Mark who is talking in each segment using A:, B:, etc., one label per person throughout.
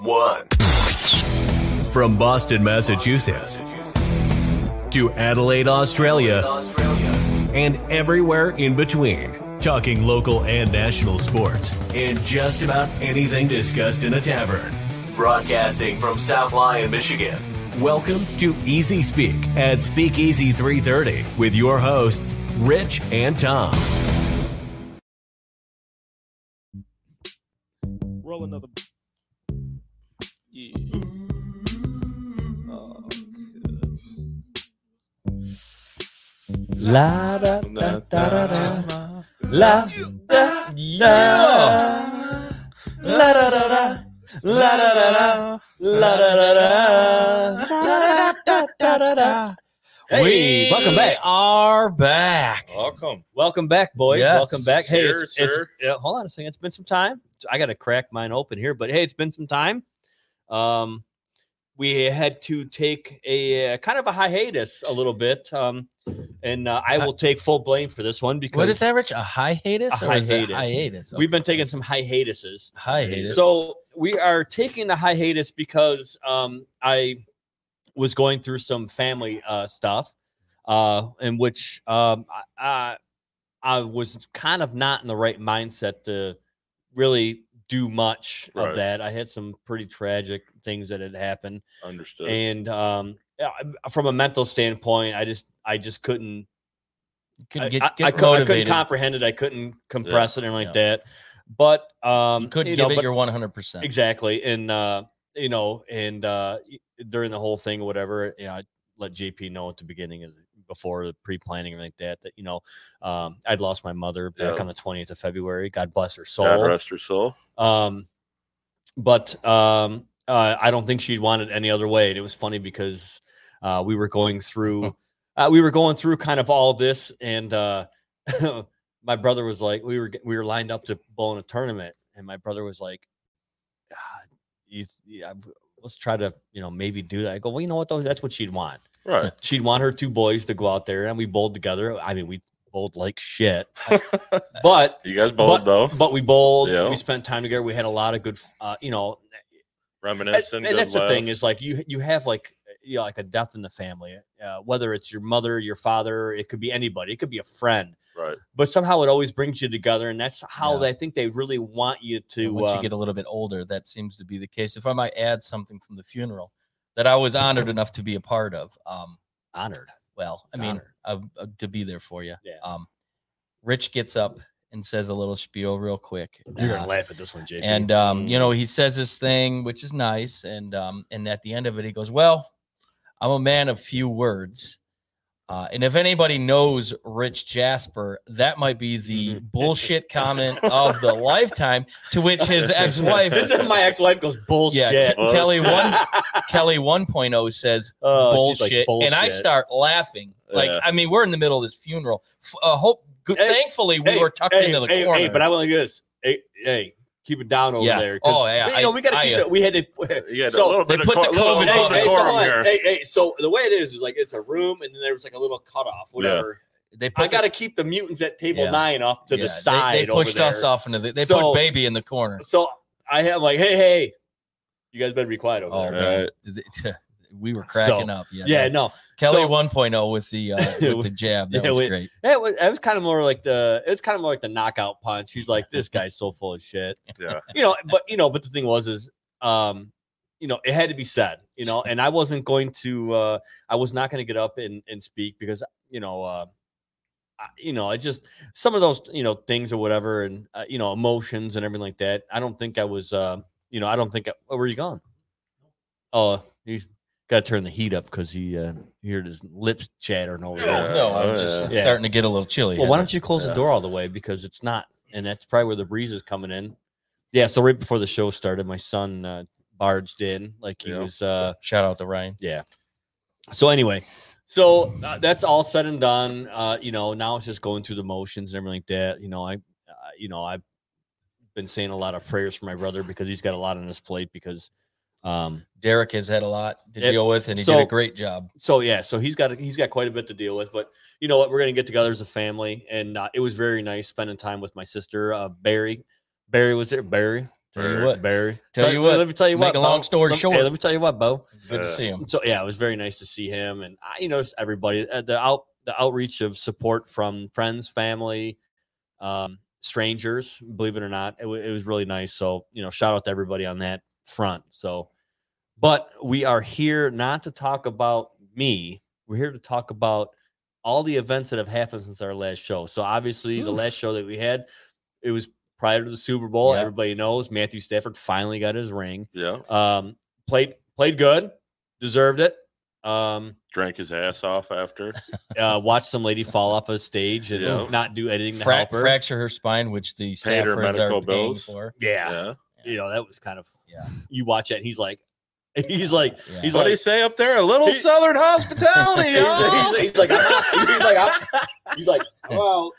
A: one.
B: From Boston, Massachusetts to Adelaide, Australia, and everywhere in between. Talking local and national sports and just about anything discussed in a tavern. Broadcasting from South Lyon, Michigan. Welcome to Easy Speak at Speakeasy 330 with your hosts, Rich and Tom.
A: Mm.
C: Roll another. Yeah. Oh, good.
D: La da da da da da. La da da. La da da da. La da da da. La da da da. La da da da da. Hey, uh,
E: Hey.
D: welcome back. Are back.
E: Welcome.
D: Welcome back, boys.
E: Yes,
D: Welcome back. Hey, it's,
E: sir,
D: it's
E: sir.
D: yeah, hold on a second. It's been some time. I got to crack mine open here, but hey, it's been some time. Um, we had to take a uh, kind of a hiatus a little bit, um, and uh, I will take full blame for this one because
E: What is that, Rich? A hiatus?
D: A
E: or is it
D: hiatus.
E: hiatus?
D: we've been taking some hiatuses.
E: hiatus.
D: So we are taking the hiatus because um, I was going through some family uh, stuff, uh, in which um, I, I I was kind of not in the right mindset to really do much
E: Right.
D: of that. I had some pretty tragic things that had happened,
E: understood.
D: and um, yeah, from a mental standpoint, I just I just couldn't
E: couldn't
D: I-
E: get,
D: I,
E: get
D: I, couldn't, I couldn't
E: motivated.
D: comprehend it. I couldn't compress it or anything like that. But
E: You
D: um,
E: couldn't
D: you
E: give
D: know,
E: it
D: but-
E: your one hundred percent.
D: exactly and uh you know and uh y- during the whole thing or whatever you know i let jp know at the beginning of the, before the pre-planning and like that that you know um i'd lost my mother back
F: Yeah.
D: on the 20th of february god bless her soul
F: God rest her soul.
D: um, but um, uh, I don't think she'd want it any other way. And it was funny because uh, we were going through, uh, we were going through kind of all this, and uh, my brother was like, we were get- we were lined up to bowl in a tournament, and my brother was like, ah, you, yeah, let's try to you know maybe do that. I go, well, you know what though, that's what she'd want.
F: Right.
D: She'd want her two boys to go out there, and we bowled together. I mean, we bowled like shit, but
F: You guys bold though.
D: but we bowled.
F: Yeah.
D: We spent time together. We had a lot of good, uh, you know. And,
F: Reminiscing.
D: and
F: good
D: that's the thing
F: laughs.
D: is like you you have like you know, like a death in the family, uh, whether it's your mother, your father, it could be anybody, it could be a friend,
F: right.
D: but somehow it always brings you together, and that's how
E: Yeah.
D: they, I think they really want you to.
E: Once
D: um,
E: you get a little bit older, that seems to be the case. If I might add something from the funeral that I was honored enough to be a part of. Um,
D: honored,
E: well, I
D: It's
E: mean,
D: honored.
E: uh, uh, to be there for you.
D: Yeah.
E: Um, Rich gets up and says a little spiel real quick.
D: you're
E: Uh,
D: gonna laugh at this one, JP.
E: and um, you
D: Mm.
E: know he says this thing which is nice and um, and at the end of it he goes well i'm a man of few words uh, and if anybody knows rich jasper that might be the
D: Mm-hmm.
E: bullshit comment of the lifetime to which his ex-wife
D: this is my ex-wife goes bullshit.
E: yeah Ke-
F: Bullshit.
E: kelly one kelly 1.0 says
D: Oh, she's like,
E: bullshit. and i
D: "Bullshit."
E: start laughing like
F: Yeah.
E: i mean we're in the middle of this funeral F- uh, hope good,
D: Hey,
E: thankfully we
D: Hey,
E: were tucked
D: hey,
E: into the
D: hey,
E: corner
D: Hey, but I want to this. Hey, hey, keep it down over
E: Yeah.
D: there. 'cause,
E: Oh, yeah,
D: You know
E: I-
D: we got to
E: I,
D: keep.
E: uh,
D: the, we had to.
F: You got a
D: so-
F: little
E: they
F: bit of
E: put the
F: cor- little,
E: COVID
F: little
E: bubble
F: bit
D: hey,
F: of
D: hey, so
F: quorum
D: hold on.
F: here.
D: hey, hey, so the way it is is like it's a room, and then there was like a little cutoff, whatever.
E: they put
D: I got to keep the mutants at table
E: Yeah.
D: nine off to
E: Yeah,
D: the
E: they-
D: side.
E: They,
D: over
E: pushed us
D: there.
E: off into the. They
D: So-
E: put baby in the corner.
D: So I have like, hey, hey, you guys better be quiet over
E: Oh
D: there.
E: man, Th- we were cracking up. Yeah,
D: Yeah,
E: that-
D: no.
E: Kelly
D: so-
E: 1.0 with the uh, with the jab. That
D: Yeah,
E: was
D: we-
E: great.
D: That was, that was kind of more like the it was kind of more like the knockout punch. He's like, this guy's so full of shit.
F: Yeah.
D: you know, but you know, but the thing was is um, you know, it had to be said, you know, and I wasn't going to uh I was not gonna get up and, and speak because you know, uh I, you know, I just some of those, you know, things or whatever and uh, you know, emotions and everything like that. I don't think I was uh, you know, I don't think I, oh, where you going? Oh, you gotta turn the heat up because he uh you heard his lips chattering over there.
E: No, I was just
F: yeah.
E: it's starting to get a little chilly.
D: Well, why
E: here.
D: don't you close the
F: Yeah.
D: door all the way because it's not, and that's probably where the breeze is coming in. Yeah. So right before the show started, my son uh, barged in like he
F: Yeah.
D: was. Uh,
E: shout out to Ryan?
D: so anyway, so uh, that's all said and done. Uh, you know, now it's just going through the motions and everything like that. You know, I, uh, you know, I've been saying a lot of prayers for my brother because he's got a lot on his plate because. Um,
E: Derek has had a lot to
D: Yeah,
E: deal with, and he
D: so-
E: did a great job.
D: so yeah, so he's got he's got quite a bit to deal with, but you know what? We're gonna get together as a family, and uh, it was very nice spending time with my sister uh, Barry. Barry was there. Barry,
E: Tell you what.
D: Barry.
E: Tell you what,
D: Let me tell you
E: make
D: what.
E: a long
D: Bo.
E: story
D: Let- hey,
E: short.
D: let me tell you what, Bo.
E: Good to see him.
D: So yeah, it was very nice to see him, and I, you know, just everybody uh, the out the outreach of support from friends, family, um, strangers. Believe it or not, it, wa- it was really nice. So you know, shout out to everybody on that front. So, but we are here not to talk about me. We're here to talk about all the events that have happened since our last show. So obviously, the last show that we had, it was prior to the Super Bowl.
E: Yeah.
D: Everybody knows Matthew Stafford finally got his ring.
A: Yeah.
D: Um, played played good, deserved it. Um,
A: Drank his ass off after.
D: uh, watched some lady fall off a stage and
A: Yeah.
D: not do anything to
E: Fra-
D: help her.
E: fracture her spine, which
A: Paid her
E: the Staffords are
A: medical
E: paying
A: bills.
E: for.
D: yeah.
A: Yeah.
D: you know that was kind of.
E: Yeah.
D: You watch it, and he's like, he's like,
E: Yeah.
D: he's
A: What do you
D: like.
A: say up there? A little
D: He-
A: Southern hospitality,
D: He's,
A: y'all.
D: he's- he's like, I'm not- he's like, I'm- he's like, well,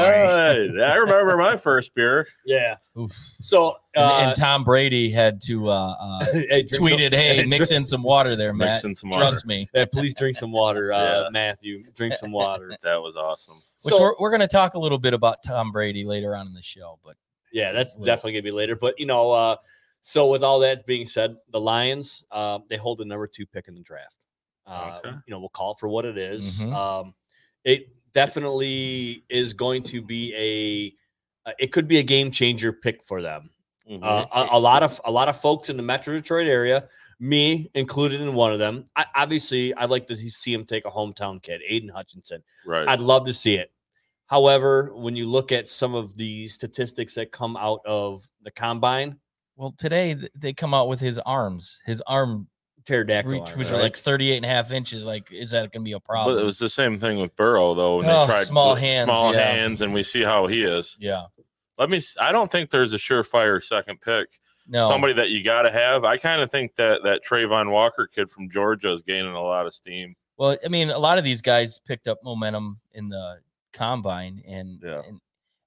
A: Hey, I remember my first beer.
D: yeah.
E: Oof.
D: So
E: And, and
D: uh,
E: Tom Brady had to uh, uh,
D: hey, drink some-
E: tweeted, "Hey, mix in some water there, Matt.
A: Mixing some water.
E: Trust me."
D: hey, please drink some water, uh,
A: Yeah.
D: Matthew. Drink some water.
A: That was awesome.
E: Which we're, we're going to talk a little bit about Tom Brady later on in the show, but
D: Yeah, that's
E: Absolutely.
D: definitely gonna be later. But you know, uh, so with all that being said, the Lions uh, they hold the number two pick in the draft. Uh,
A: Okay.
D: You know, we'll call it for what it is.
E: Mhm.
D: Um, it definitely is going to be a. Uh, it could be a game changer pick for them.
A: Mhm.
D: Uh, a, a lot of a lot of folks in the Metro Detroit area, me included in one of them. I, obviously, I'd like to see him take a hometown kid, Aiden Hutchinson.
A: right.
D: I'd love to see it. However, when you look at some of the statistics that come out of the combine,
E: well, today th- they come out with his arms, his arm
D: pterodactyl,
E: reach,
D: arms,
E: which are
D: right?
E: like 38 and a half inches. Like, is that going to be a problem?
A: But it was the same thing with Burrow, though. And
E: Oh,
A: they tried
E: small
A: the
E: hands,
A: small
E: yeah.
A: hands, and we see how he is.
E: yeah,
A: Let me. s- I don't think there's a surefire second pick.
E: no,
A: Somebody that you got to have. I kind of think that that Trayvon Walker kid from Georgia is gaining a lot of steam.
E: Well, I mean, a lot of these guys picked up momentum in the combine, and
A: Yeah.
E: and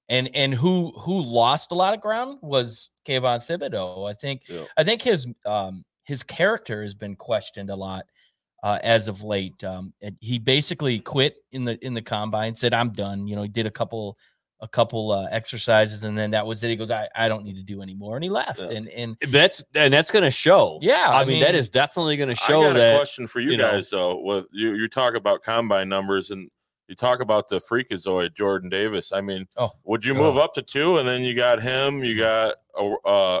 E: and, and who who lost a lot of ground was Kayvon Thibodeau. I think
A: Yeah.
E: I think his um his character has been questioned a lot uh, as of late. Um, and he basically quit in the in the combine, said I'm done. You know, he did a couple a couple uh, exercises, and then that was it. He goes, I I don't need to do anymore, and he left.
A: Yeah.
E: And and
D: That's and that's going to show.
E: yeah,
D: I, mean, that is definitely going to
A: I
D: show
A: got a
D: that.
A: question for you,
D: you know-
A: guys though. With you, you talk about combine numbers and you talk about the freakazoid Jordan Davis. I mean,
E: Oh.
A: would you move
E: Oh.
A: up to two, and then you got him, you got uh,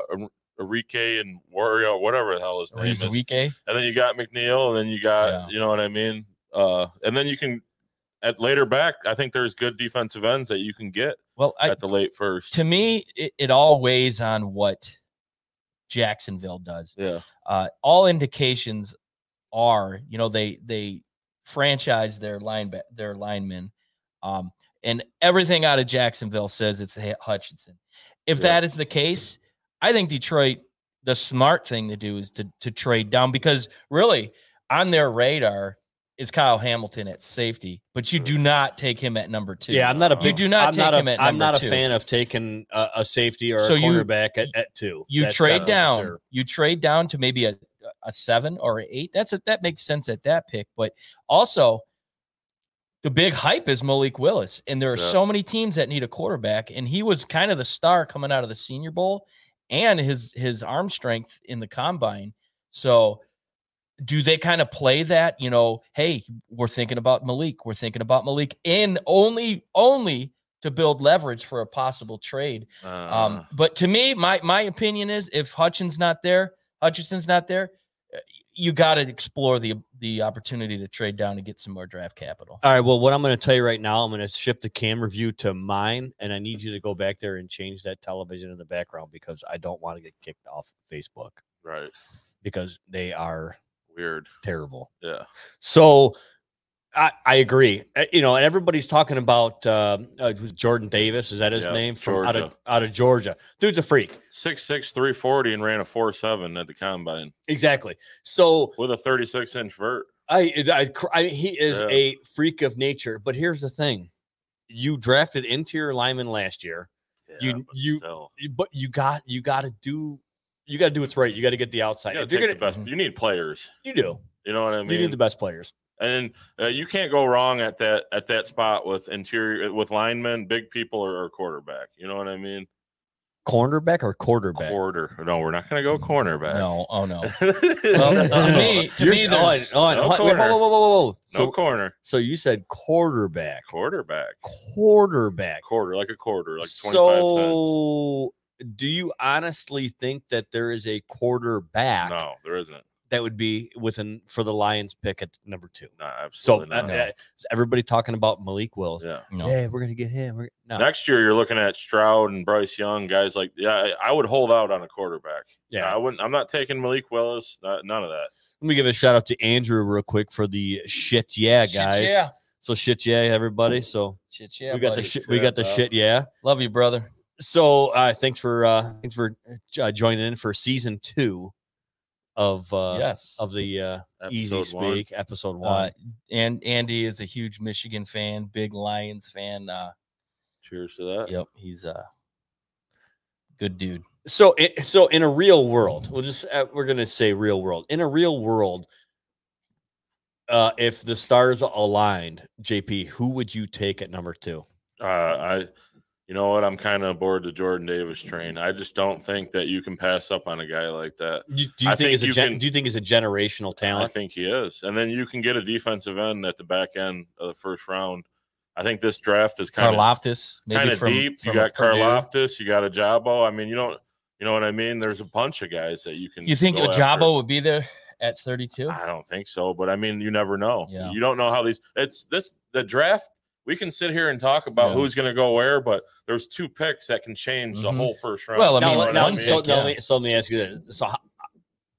A: Enrique and Wario, whatever the hell his name is,
E: Enrique.
A: and then you got McNeil, and then you got
E: Yeah.
A: you know what I mean. Uh, and then you can at later back. I think there's good defensive ends that you can get
E: Well, I,
A: at the late first.
E: to me, it, it all weighs on what Jacksonville does.
A: Yeah,
E: Uh, all indications are, you know, they they franchise their line their linemen, um, and everything out of Jacksonville says it's H- Hutchinson. If
A: Yeah.
E: that is the case, I think Detroit. The smart thing to do is to to trade down because really on their radar is Kyle Hamilton at safety, but you do not take him at number two.
D: Yeah, I'm not a
A: You
D: big.
E: do not
D: I'm
E: take
D: not a,
E: him at
D: I'm
E: number
D: not a
E: two.
D: fan of taking a, a safety or
E: So
D: a
E: you-
D: cornerback at, at two.
E: you
D: That's
E: trade
D: definitely
E: down
D: for sure.
E: you trade down to maybe a a seven or an eight that's a, that makes sense at that pick but also the big hype is malik willis and there are
A: Yeah.
E: so many teams that need a quarterback and he was kind of the star coming out of the senior bowl and his his arm strength in the combine so do they kind of play that you know hey we're thinking about malik we're thinking about malik in only only to build leverage for a possible trade
A: Uh,
E: um, but to me, my my opinion is if Hutchins not there, Hutchinson's not there, uh, you got to explore the the opportunity to trade down and get some more draft capital.
D: All right. Well, what I'm going to tell you right now, I'm going to shift the camera view to mine, and I need you to go back there and change that television in the background because I don't want to get kicked off Facebook
A: right,
D: because they are
A: weird.
D: terrible.
A: Yeah,
D: So I, I agree. Uh, You know, and everybody's talking about um, uh, it was Jordan Davis. Is that his
A: Yeah,
D: name? From out of
A: Georgia.
D: out of Georgia, dude's a freak.
A: six six three forty, and ran a four seven at the combine.
D: Exactly. So
A: with a 36 inch vert.
D: I, I, I mean, he is
A: Yeah.
D: a freak of nature. But here's the thing: you drafted interior lineman last year, You-
A: but
D: you-
A: still.
D: you- but you got you got to do you got to do what's right. You got to get the outside.
A: You, gotta
D: If you're
A: take
D: gonna,
A: the best. you need players.
D: you do.
A: You know what I
D: you
A: mean?
D: need the best players.
A: and uh, you can't go wrong at that at uh, that spot with interior with linemen, big people, or, or quarterback. You know what I mean?
D: cornerback or quarterback?
A: Quarter. No, we're not going to go cornerback.
E: No, oh no. Well, to me, to
D: Uh, You're- Oh, hold
E: me,
D: on,
E: there's,
D: hold on,
A: No
D: hold- wait,
A: corner.
D: whoa, whoa, whoa, whoa, whoa.
A: no
D: So,
A: corner.
D: so you said quarterback,
A: Quarterback.
D: quarterback.
A: Quarter, like a quarter, like 25 cents.
D: so, do you honestly think that there is a quarterback
A: No, there isn't.
D: that would be within for the Lions pick at number two?
A: No,
D: So,
A: absolutely
D: uh,
A: not.
D: uh, is everybody talking about Malik Willis.
A: yeah.
E: no.
D: Hey, we're gonna get him. We're, no,
A: Next year, you're looking at Stroud and Bryce Young, guys like yeah. I, I would hold out on a quarterback.
D: yeah.
A: I wouldn't. I'm not taking Malik Willis. Not, none of that.
D: Let me give a shout out to Andrew real quick for the shit yeah
E: Shit,
D: guys.
E: yeah.
D: So shit yeah everybody. So
E: Shit, yeah.
D: we got
E: buddy.
D: the shit, we got the
A: Yeah.
D: shit yeah.
E: Love you, brother.
D: so uh thanks for uh thanks for uh, joining in for season two of uh
E: yes.
D: of the uh easy
A: Episode one.
D: speak episode one
E: Uh, and Andy is a huge Michigan fan, big Lions fan. Uh,
A: Cheers to that.
E: yep, he's a good dude.
D: so it, so in a real world we'll just uh, we're gonna say real world in a real world uh if the stars aligned jp who would you take at number two
A: Uh, I, you know what? I'm kind of aboard the Jordan Davis train. I just don't think that you can pass up on a guy like that.
D: you, do you
A: I
D: think,
A: think
D: is a
A: you
D: gen-
A: can-
D: do you think is a generational
A: I
D: talent
A: think he is, and then you can get a defensive end at the back end of the first round. I think this draft is kind of
E: Karloftis,
A: kind
E: maybe
A: of
E: from,
A: deep.
E: from
A: you got
E: Purdue.
A: Karloftis. You got a Jabo. I mean, you don't. You know what I mean? There's a bunch of guys that you can.
E: You think
A: go after.
E: Ojabo would be there at 32?
A: I don't think so, but I mean, you never know.
E: Yeah.
A: You don't know how these. It's this the draft. We can sit here and talk about
E: Yeah.
A: who's going to go where, but there's two picks that can change the
D: Mm-hmm.
E: Mhm.
A: whole first round.
E: Well, I
A: You
E: mean,
A: know
D: now,
A: what
D: now,
A: I mean?
D: so,
E: pick,
D: now
E: yeah.
D: let me, so let me ask you this. So, ho-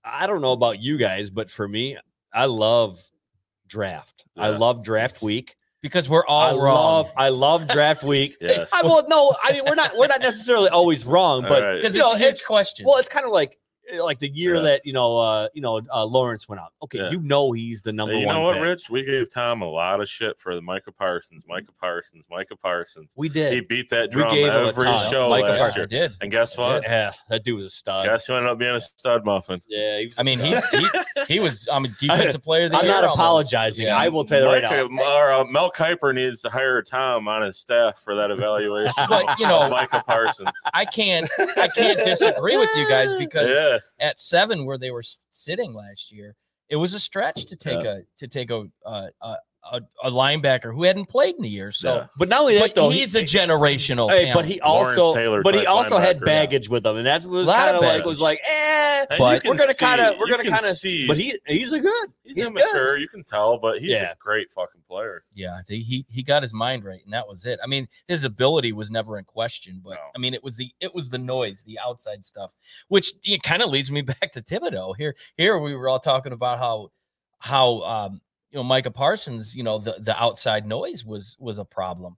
D: I don't know about you guys, but for me, I love draft. I
A: Yeah.
D: love draft week.
E: because
D: I
E: we're all wrong.
D: love I love draft week.
A: yes.
D: I well, no, I mean we're not we're not necessarily always wrong,
A: All
D: but
A: right.
E: Because
D: you know,
E: it's a
D: it's
E: huge question.
D: well, it's kind of like eh, like the year
A: Yeah.
D: that you know uh you know uh, Lawrence went out. Okay,
A: Yeah.
D: you know he's the number
A: you
D: one.
A: know what,
D: pick.
A: Rich? We gave Tom a lot of shit for the Micah Parsons, Micah Parsons, Micah Parsons.
D: We
A: He
D: did.
A: beat that
D: We
A: drum
D: gave him a
A: every
D: ton.
A: show
D: Micah
A: last
D: Parsons.
A: year.
E: I Uh, did.
A: And guess what?
D: Yeah, that dude was a stud.
A: Guess who ended up being a stud muffin?
D: yeah, he was a
E: I mean, he,
D: stud.
E: he he was. I'm a defensive player. Of the
D: I'm
E: year
D: not
E: almost.
D: apologizing.
E: Yeah.
D: I will tell you right now.
A: Micah- or, uh, Mel Kiper needs to hire Tom on his staff for that evaluation.
E: But, you know-
A: of Micah Parsons.
E: I can't. I can't disagree with you guys because
A: Yeah,
E: at seven, where they were s- sitting last year, it was a stretch to take a to take a uh, a, a a linebacker who hadn't played in a year. So,
A: Yeah.
D: But not only that,
E: but
D: though, he-
E: he's a generational.
D: Hey, but
E: talent.
D: he
A: Lawrence
D: also,
A: Taylor
D: but he
A: type
D: also had
A: linebacker.
D: baggage with him, and that was
E: Lot
D: kind
E: of
D: of like
E: baggage.
D: was like, eh.
A: And you
E: But-
A: can
D: we're gonna
A: see-
D: kind of, we're
A: you
D: gonna
A: can
D: kind of,
A: see
D: but he he's a good.
A: He's,
D: He's
A: immature. You can tell, but he's
D: Yeah.
A: a great fucking player.
E: yeah, I think he he got his mind right, and that was it. I mean, his ability was never in question, but
A: No.
E: I mean, it was the it was the noise, the outside stuff, which it kind of leads me back to Thibodeau. Here, here we were all talking about how how um, you know Micah Parsons, you know, the the outside noise was was a problem.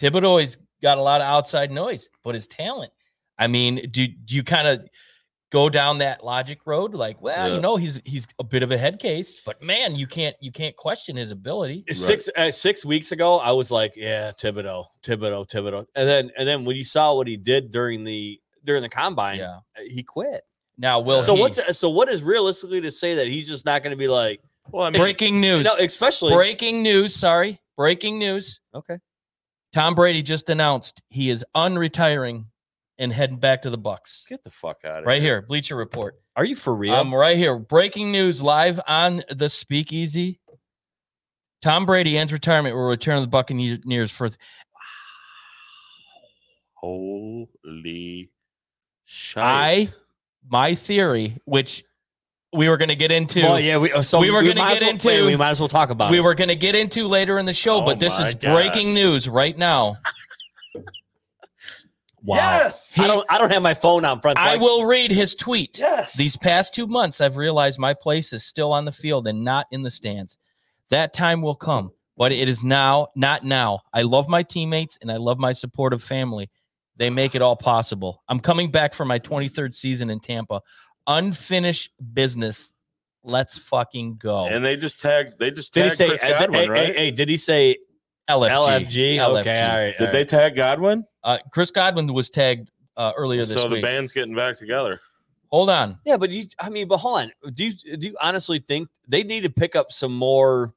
E: Thibodeau has got a lot of outside noise, but his talent. I mean, do do you kind of go down that logic road? Like, well,
A: Yeah.
E: you know, he's he's a bit of a head case, but man, you can't you can't question his ability.
D: Six uh, six weeks ago, I was like, yeah, Thibodeau, Thibodeau, Thibodeau, and then and then when you saw what he did during the during the combine, uh,
E: Yeah.
D: he quit.
E: Now, will
D: so
E: he-
D: what's uh, so what is realistically to say that he's just not going to be like
A: Well, I mean,
E: breaking news?
D: no, especially
E: breaking news. Sorry, breaking news.
D: okay.
E: Tom Brady just announced he is unretiring and heading back to the Bucks.
A: get the fuck out of
E: Right here, Bleacher Report.
D: Are you for real?
E: I'm right here. Breaking news live on the Speakeasy. Tom Brady ends retirement. Will return to the Buccaneers for.
A: Holy shit!
E: I, my theory, which we were going to get into.
D: well, yeah, we, uh, so
E: we were gonna
D: might as
E: get
D: well- wait,
E: into-
D: we might as well talk about
E: we
D: it.
E: were going to get into later in the show,
A: Oh
E: but this
A: my
E: is breaking
A: gosh.
E: news right now.
D: wow.
A: Yes.
D: I don't I don't have my phone on front. so
E: I will read his tweet.
A: Yes.
E: These past two months, I've realized my place is still on the field and not in the stands. That time will come, but it is now, not now. I love my teammates and I love my supportive family. They make it all possible. I'm coming back for my 23rd season in Tampa. Unfinished business. Let's fucking go.
A: and they just tagged. They just
D: Did he
A: tagged
D: say?
A: Chris
D: uh, did-
A: Godwin,
D: hey,
A: right?
D: hey, hey, did he say LFG?
E: LFG.
D: Okay, all right.
A: Did they tag Godwin?
E: Uh, Chris Godwin was tagged uh, earlier this
A: So the
E: week.
A: band's getting back together.
E: Hold on.
D: Yeah, but you. I mean, but hold on. Do you do you honestly think they need to pick up some more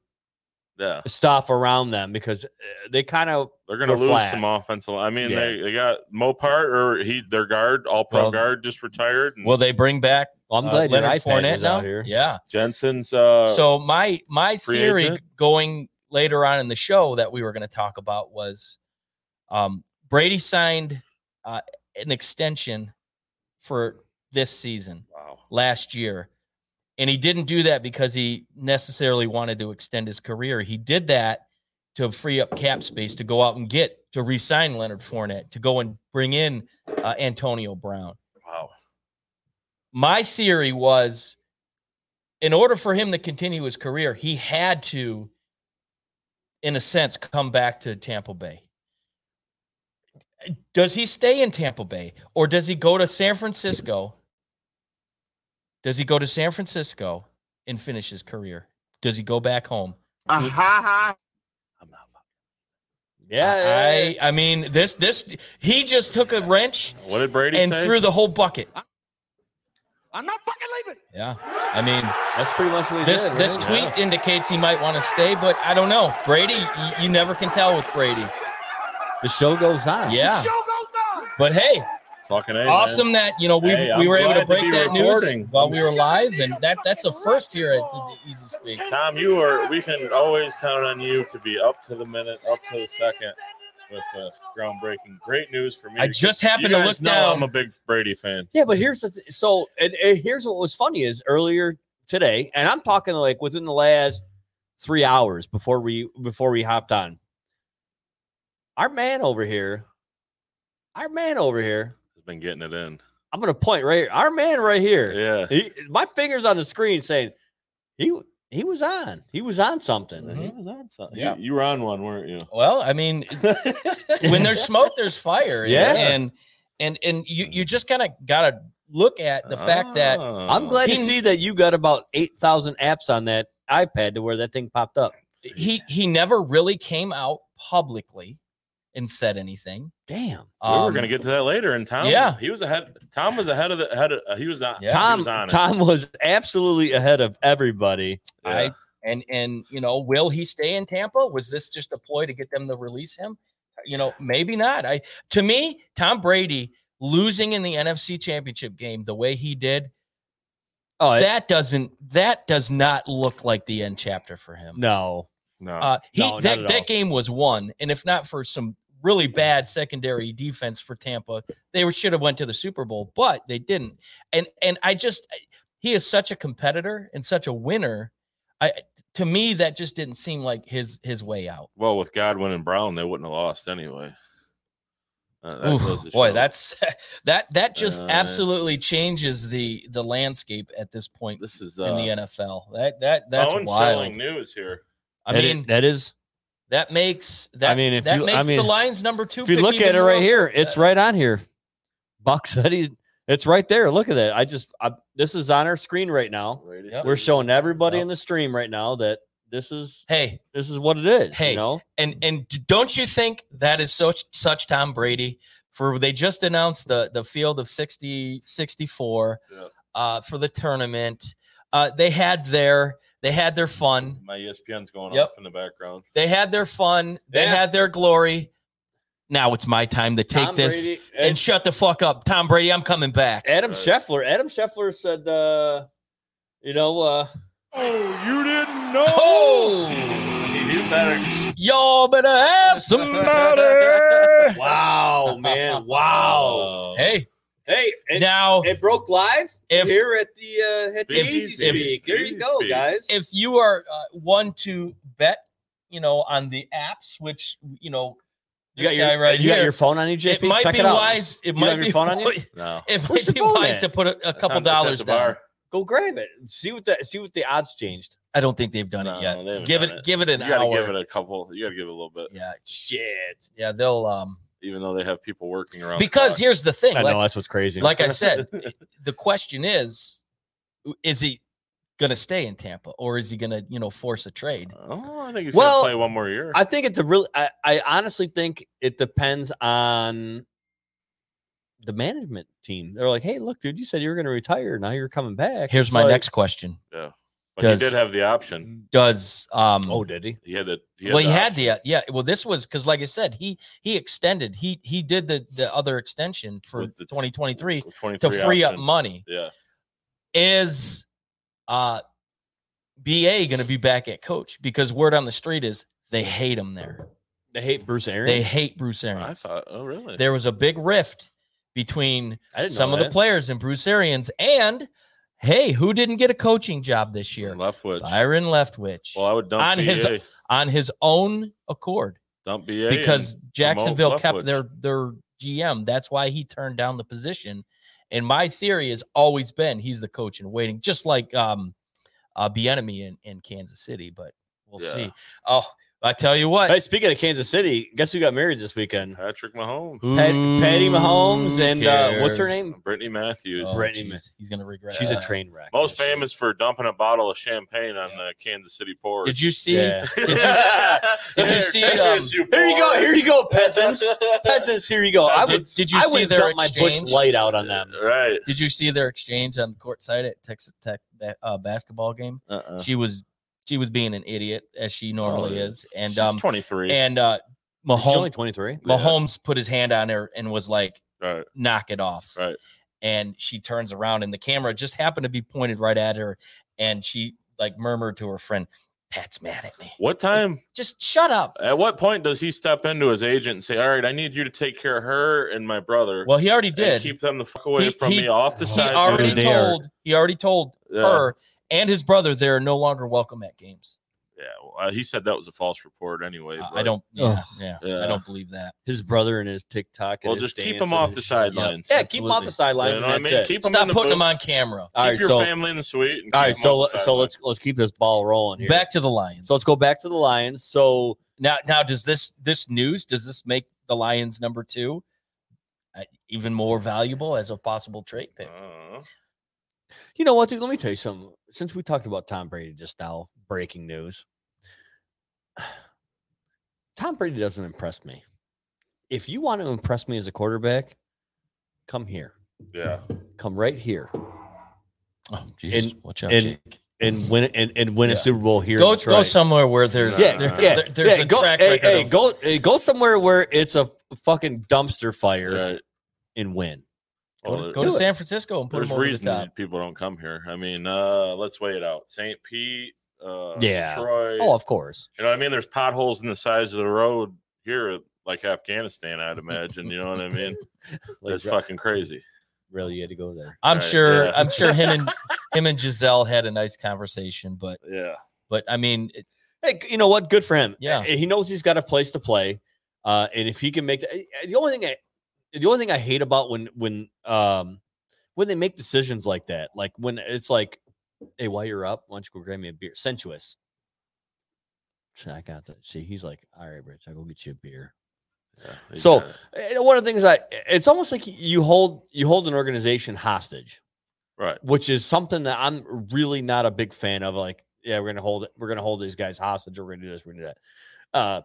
A: Yeah,
D: stuff around them because uh, they kind of
A: they're going to
D: Or
A: lose
D: flag.
A: some offensive. I mean,
D: Yeah.
A: they, they got Mopar or he their guard, all pro
E: Well-
A: guard, just retired. and
E: Will they bring back
D: well, I'm
E: uh,
D: glad
E: Leonard
D: your iPad
E: Fournette
D: is
E: now?
D: out here.
E: Yeah.
A: Jensen's. Uh,
E: so my my
A: free
E: theory
A: agent?
E: going later on in the show that we were going to talk about was um, Brady signed uh, an extension for this season
A: wow.
E: last year. And he didn't do that because he necessarily wanted to extend his career. He did that to free up cap space to go out and get to re-sign Leonard Fournette to go and bring in uh, Antonio Brown.
A: Wow.
E: My theory was, in order for him to continue his career, he had to, in a sense, come back to Tampa Bay. Does he stay in Tampa Bay or does he go to San Francisco? Does he go to San Francisco and finish his career? Does he go back home?
A: I'm not.
D: Yeah, yeah, yeah.
E: I I mean this this he just took a wrench
A: What did Brady
E: and
A: say?
E: threw the whole bucket.
F: I'm not fucking leaving.
E: Yeah. I mean
D: that's pretty much what he
E: this
D: did,
E: this
D: right?
E: tweet indicates he might want to stay, but I don't know. Brady, you, you never can tell with Brady.
D: The show goes on.
G: Ah.
E: Yeah.
F: Show goes on.
E: But hey,
A: Fucking A, man.
E: awesome that you know we,
A: Hey, I'm
E: we were able
A: glad
E: to
A: to
E: break
A: be
E: that
A: recording.
E: news while we were live, and that that's a first here at the Easy Speak.
A: Tom, you are. We can always count on you to be up to the minute, up to the second, with uh, groundbreaking, great news for me.
E: I just
A: You
E: happened to
A: guys
E: look
A: know
E: down.
A: I'm a big Brady fan.
D: Yeah, but here's the th- so and, and here's what was funny is earlier today, and I'm talking like within the last three hours before we before we hopped on. Our man over here, our man over here.
A: Has been getting it in.
D: I'm gonna point right. here. Our man right here.
A: Yeah.
D: He, my fingers on the screen saying he he was on. He was on something.
E: Mhm.
A: was on something.
E: Yeah.
A: You, you were on one, weren't you?
E: Well, I mean, when there's smoke, there's fire. and-
D: Yeah.
E: and and and you you just kind of gotta look at the
A: Ah,
E: fact that
A: Oh.
D: I'm glad to
E: He-
D: see that you got about eight thousand apps on that iPad to where that thing popped up.
E: he he never really came out publicly and said anything.
D: Damn.
A: we were going to get to that later. And Tom,
E: um, yeah.
A: he was ahead. Tom was ahead of the head. Of, uh, he was on.
E: Yeah.
A: he
D: Tom
A: was on it.
D: Tom was absolutely ahead of everybody.
A: Yeah.
E: I- and and you know will he stay in tampa was this just a ploy to get them to release him you know maybe not i to me tom brady losing in the nfc championship game the way he did
D: Oh it-
E: that doesn't that does not look like the end chapter for him
D: no.
A: no.
E: uh he
D: No, not
E: that,
D: at all.
E: that game was won and if not for some really bad secondary defense for tampa they were- should have went to the super bowl but they didn't and and i just he is such a competitor and such a winner i to me that just didn't seem like his his way out
A: well, with Godwin and Brown, they wouldn't have lost anyway. Uh, that
E: Oof,
A: goes to
E: boy
A: show.
E: that's that that just
A: Uh,
E: absolutely changes the the landscape at this point
A: this is uh,
E: in the nfl that that that's
A: bone
E: wild
A: selling news here.
E: i
D: That i-
E: mean
D: that is
E: that makes that i mean if that
D: you- I
E: makes the
D: mean,
E: lions number two
D: if you
E: pick
D: look
E: even
D: at it
E: more-
D: right here, it's right on here. Buck said he's it's right there. Look at that. I just I, this is on our screen right now.
E: Yep.
D: We're showing everybody in the stream right now that this is
E: hey
D: this is what it is.
E: Hey,
D: you know,
E: and and d- don't you think that is such such Tom Brady for they just announced the the field of 60 64
A: Yeah.
E: uh for the tournament uh they had their they had their fun
A: My E ESPN's going
E: Yep.
A: off in the background.
E: they had their fun they
D: Yeah.
E: had their glory now it's my time to take
D: Tom
E: this
D: Brady-
E: and shut the fuck up Tom Brady I'm coming back
D: Adam
A: Uh,
D: Scheffler. Adam Scheffler said, uh, you know, uh,
A: Oh, you didn't know.
E: oh
A: You better.
E: y'all better have somebody
D: wow, man, wow.
E: hey
D: hey, it,
E: now
D: it broke live
E: If-
D: here at the uh, at the
A: If-
D: Easy
E: if-
D: Speak. There
A: Easy
D: you go,
A: Speak.
D: guys.
E: if you are uh, one to bet, you know, on the apps, which you know,
D: you
E: this
D: got your
E: guy right
D: you
E: here,
D: got your phone on you, JP.
E: it might
D: Check
E: be
D: it out.
E: wise. It
D: You
E: might
D: have your
E: be
D: phone on you?
E: wi-
A: no.
E: It
D: Where's
E: might
D: the
E: be
D: phone
E: wise
D: at?
E: to put a, a
A: That
E: couple
A: time to set
E: dollars
A: the
E: down.
A: bar.
D: Go grab it. See what the see what the odds changed.
E: I don't think they've done
A: No,
E: it
A: they
E: yet.
A: haven't
E: Give it,
A: done it.
E: give it an
A: you gotta
E: hour.
A: give it a couple. You gotta give it a little bit,
E: yeah,
D: Shit.
E: yeah, they'll um.
A: even though they have people working around. the
E: Because
A: clock.
E: here's the thing,
D: Oh, I
E: like,
D: know that's what's crazy.
E: like I said, the question is, is he gonna stay in Tampa or is he gonna, you know, force a trade?
A: Oh, I think he's
D: Well,
A: gonna play one more year.
D: I think it's a real. I, I honestly think it depends on the management Uh, team. They're like, hey, look, dude, you said you were going to retire. Now you're coming back.
E: Here's
D: It's
E: my
D: like,
E: next question.
A: But
E: Does-
A: he did have the option.
E: Does um
D: Oh, did he?
A: He had the.
E: well, he had
A: option.
E: the uh, yeah. Well, this was because, like I said, he he extended. He he did the the other extension for
A: With the t-
E: 2023 to
A: 23
E: free up
A: option.
E: money.
A: Yeah.
E: Is uh BA going to be back at coach? Because word on the street is they hate him there.
D: They hate Bruce Aaron.
E: They hate Bruce
A: I
E: Arians.
A: thought. Oh, really?
E: There was a big rift between
D: I didn't
E: some
D: know
E: of the
D: that.
E: players and Bruce Arians. And hey, who didn't get a coaching job this year?
A: Leftwich.
E: Byron Leftwich
A: well, I would dump
E: on
A: BA.
E: his- on his own accord
A: dump BA
E: because Jacksonville kept
A: Leftwich.
E: their their GM. That's why he turned down the position. And my theory has always been he's the coach in waiting, just like um uh Bienemy in, in Kansas City, but we'll
A: Yeah.
E: see. Oh, I tell you what.
D: Hey, speaking of Kansas City, guess who got married this
A: and
D: weekend?
A: Patrick Mahomes,
D: Pat- Patty Mahomes
E: Who
D: and uh, what's her
E: cares?
D: name?
A: Brittany Matthews.
E: Oh,
D: Brittany
E: jeez,
D: Mac-
E: He's gonna regret
D: She's a
E: that.
D: train wreck.
A: Most
D: Yes, she
A: famous
D: is.
A: for dumping a bottle of champagne on the Kansas City porch.
E: Did you see
D: Yeah.
E: did you did you see, um,
D: Here you go. Here you go, peasants. peasants. Here you go. I would.
A: Peasants.
E: Did you
D: I
E: see
D: would
E: their
D: dump my bush
E: exchange?
D: light out on them.
A: Right.
E: Did you see their exchange on the court side at Texas Tech ba- uh, basketball game?
A: Uh-uh.
E: She was she was being an idiot as she normally
A: Oh, yeah.
E: is, and um
A: 23.
E: and uh
D: She's only
E: Mahomes
D: twenty three.
A: yeah.
E: Mahomes put his hand on her and was like,
A: right.
E: "Knock it off!"
A: Right.
E: And she turns around, and the camera just happened to be pointed right at her, and she like murmured to her friend, "Pat's mad at me.
A: What time?
E: Just shut up."
A: At what point does he step into his agent and say, "All right, I need you to take care of her and my brother"?
E: Well, he already
A: and
E: did.
A: keep them the fuck away
E: He-
A: from
E: he-
A: me off the
D: he
E: he
A: side.
E: already
A: dude.
D: they are-
E: told. He already told
A: Yeah.
E: her and his brother they are no longer welcome at games.
A: Yeah, well, uh, he said that was a false report anyway.
E: Uh, I
A: but-
E: don't. Yeah, yeah,
A: Yeah.
E: I don't believe that.
D: His brother and his TikTok. and
A: Well,
D: his
A: just keep
D: dance
A: him
D: and
A: off
D: his
A: the
D: shit.
A: sidelines.
D: Yeah, keep him off the sidelines.
A: You know
D: and
A: what I
D: that's
A: mean?
D: it.
A: Keep 'em
E: Stop
A: in the Uh,
E: putting him
A: booth.
E: on camera.
A: Keep
D: All right,
A: your
D: so
A: family in the suite. and
D: all
A: keep
D: right,
A: them
D: so
A: off the
D: so
A: sideline.
D: let's let's keep this ball rolling here.
E: Back to the Lions.
D: So let's go back to the Lions. So
E: now, now, does this this news does this make the Lions number two uh, even more valuable as a possible trade pick?
A: Uh,
D: You know what, dude? Let me tell you something. Since we talked about Tom Brady just now, breaking news. Tom Brady doesn't impress me. If you want to impress me as a quarterback, come here.
A: yeah,
D: Come right here
E: Oh, Jesus,
D: And-
E: watch out!
D: and-
E: Jake.
D: and win and, and win a
E: Yeah.
D: Super Bowl here.
E: Go
D: That's
E: go
D: right.
E: somewhere where there's
D: Yeah,
E: there-
D: yeah,
E: there- there's
D: yeah,
E: a
D: go,
E: track
D: hey,
E: record.
D: hey,
E: of-
D: go, hey, go somewhere where it's a fucking dumpster fire
A: right.
D: and win.
E: go
A: Well,
E: to, go to
D: do it.
E: San Francisco and put
A: There's
E: him over the
A: reasons
E: top.
A: that people don't come here. I mean, uh, let's wait it out. St. Pete, uh,
D: Yeah.
A: Detroit.
D: Oh, of course.
A: You know what I mean? There's potholes in the sides of the road here, like Afghanistan, I'd imagine. You know what I mean?
D: Like,
A: That's fucking crazy.
D: really, you had to go there.
E: I'm
A: Right,
E: sure.
A: yeah.
E: I'm sure him and him and Giselle had a nice conversation, but
A: Yeah.
E: but I mean, it-
D: Hey, you know what? Good for him.
E: Yeah.
D: he knows he's got a place to play, uh, and if he can make the, eh, the only thing I, the only thing I hate about when when um when they make decisions like that, like when it's like, hey, while you're up, why don't you go grab me a beer? Sensuous. So I got that. See, he's like, all right, Rich, I'll go get you a beer.
A: Yeah, you
D: So-
A: got it.
D: And one of the things I, eh, it's almost like you hold you hold an organization hostage
A: right.
D: which is something that I'm really not a big fan of. Like, yeah, we're gonna hold it, we're gonna hold these guys hostage, we're gonna do this, we're gonna do that. Uh,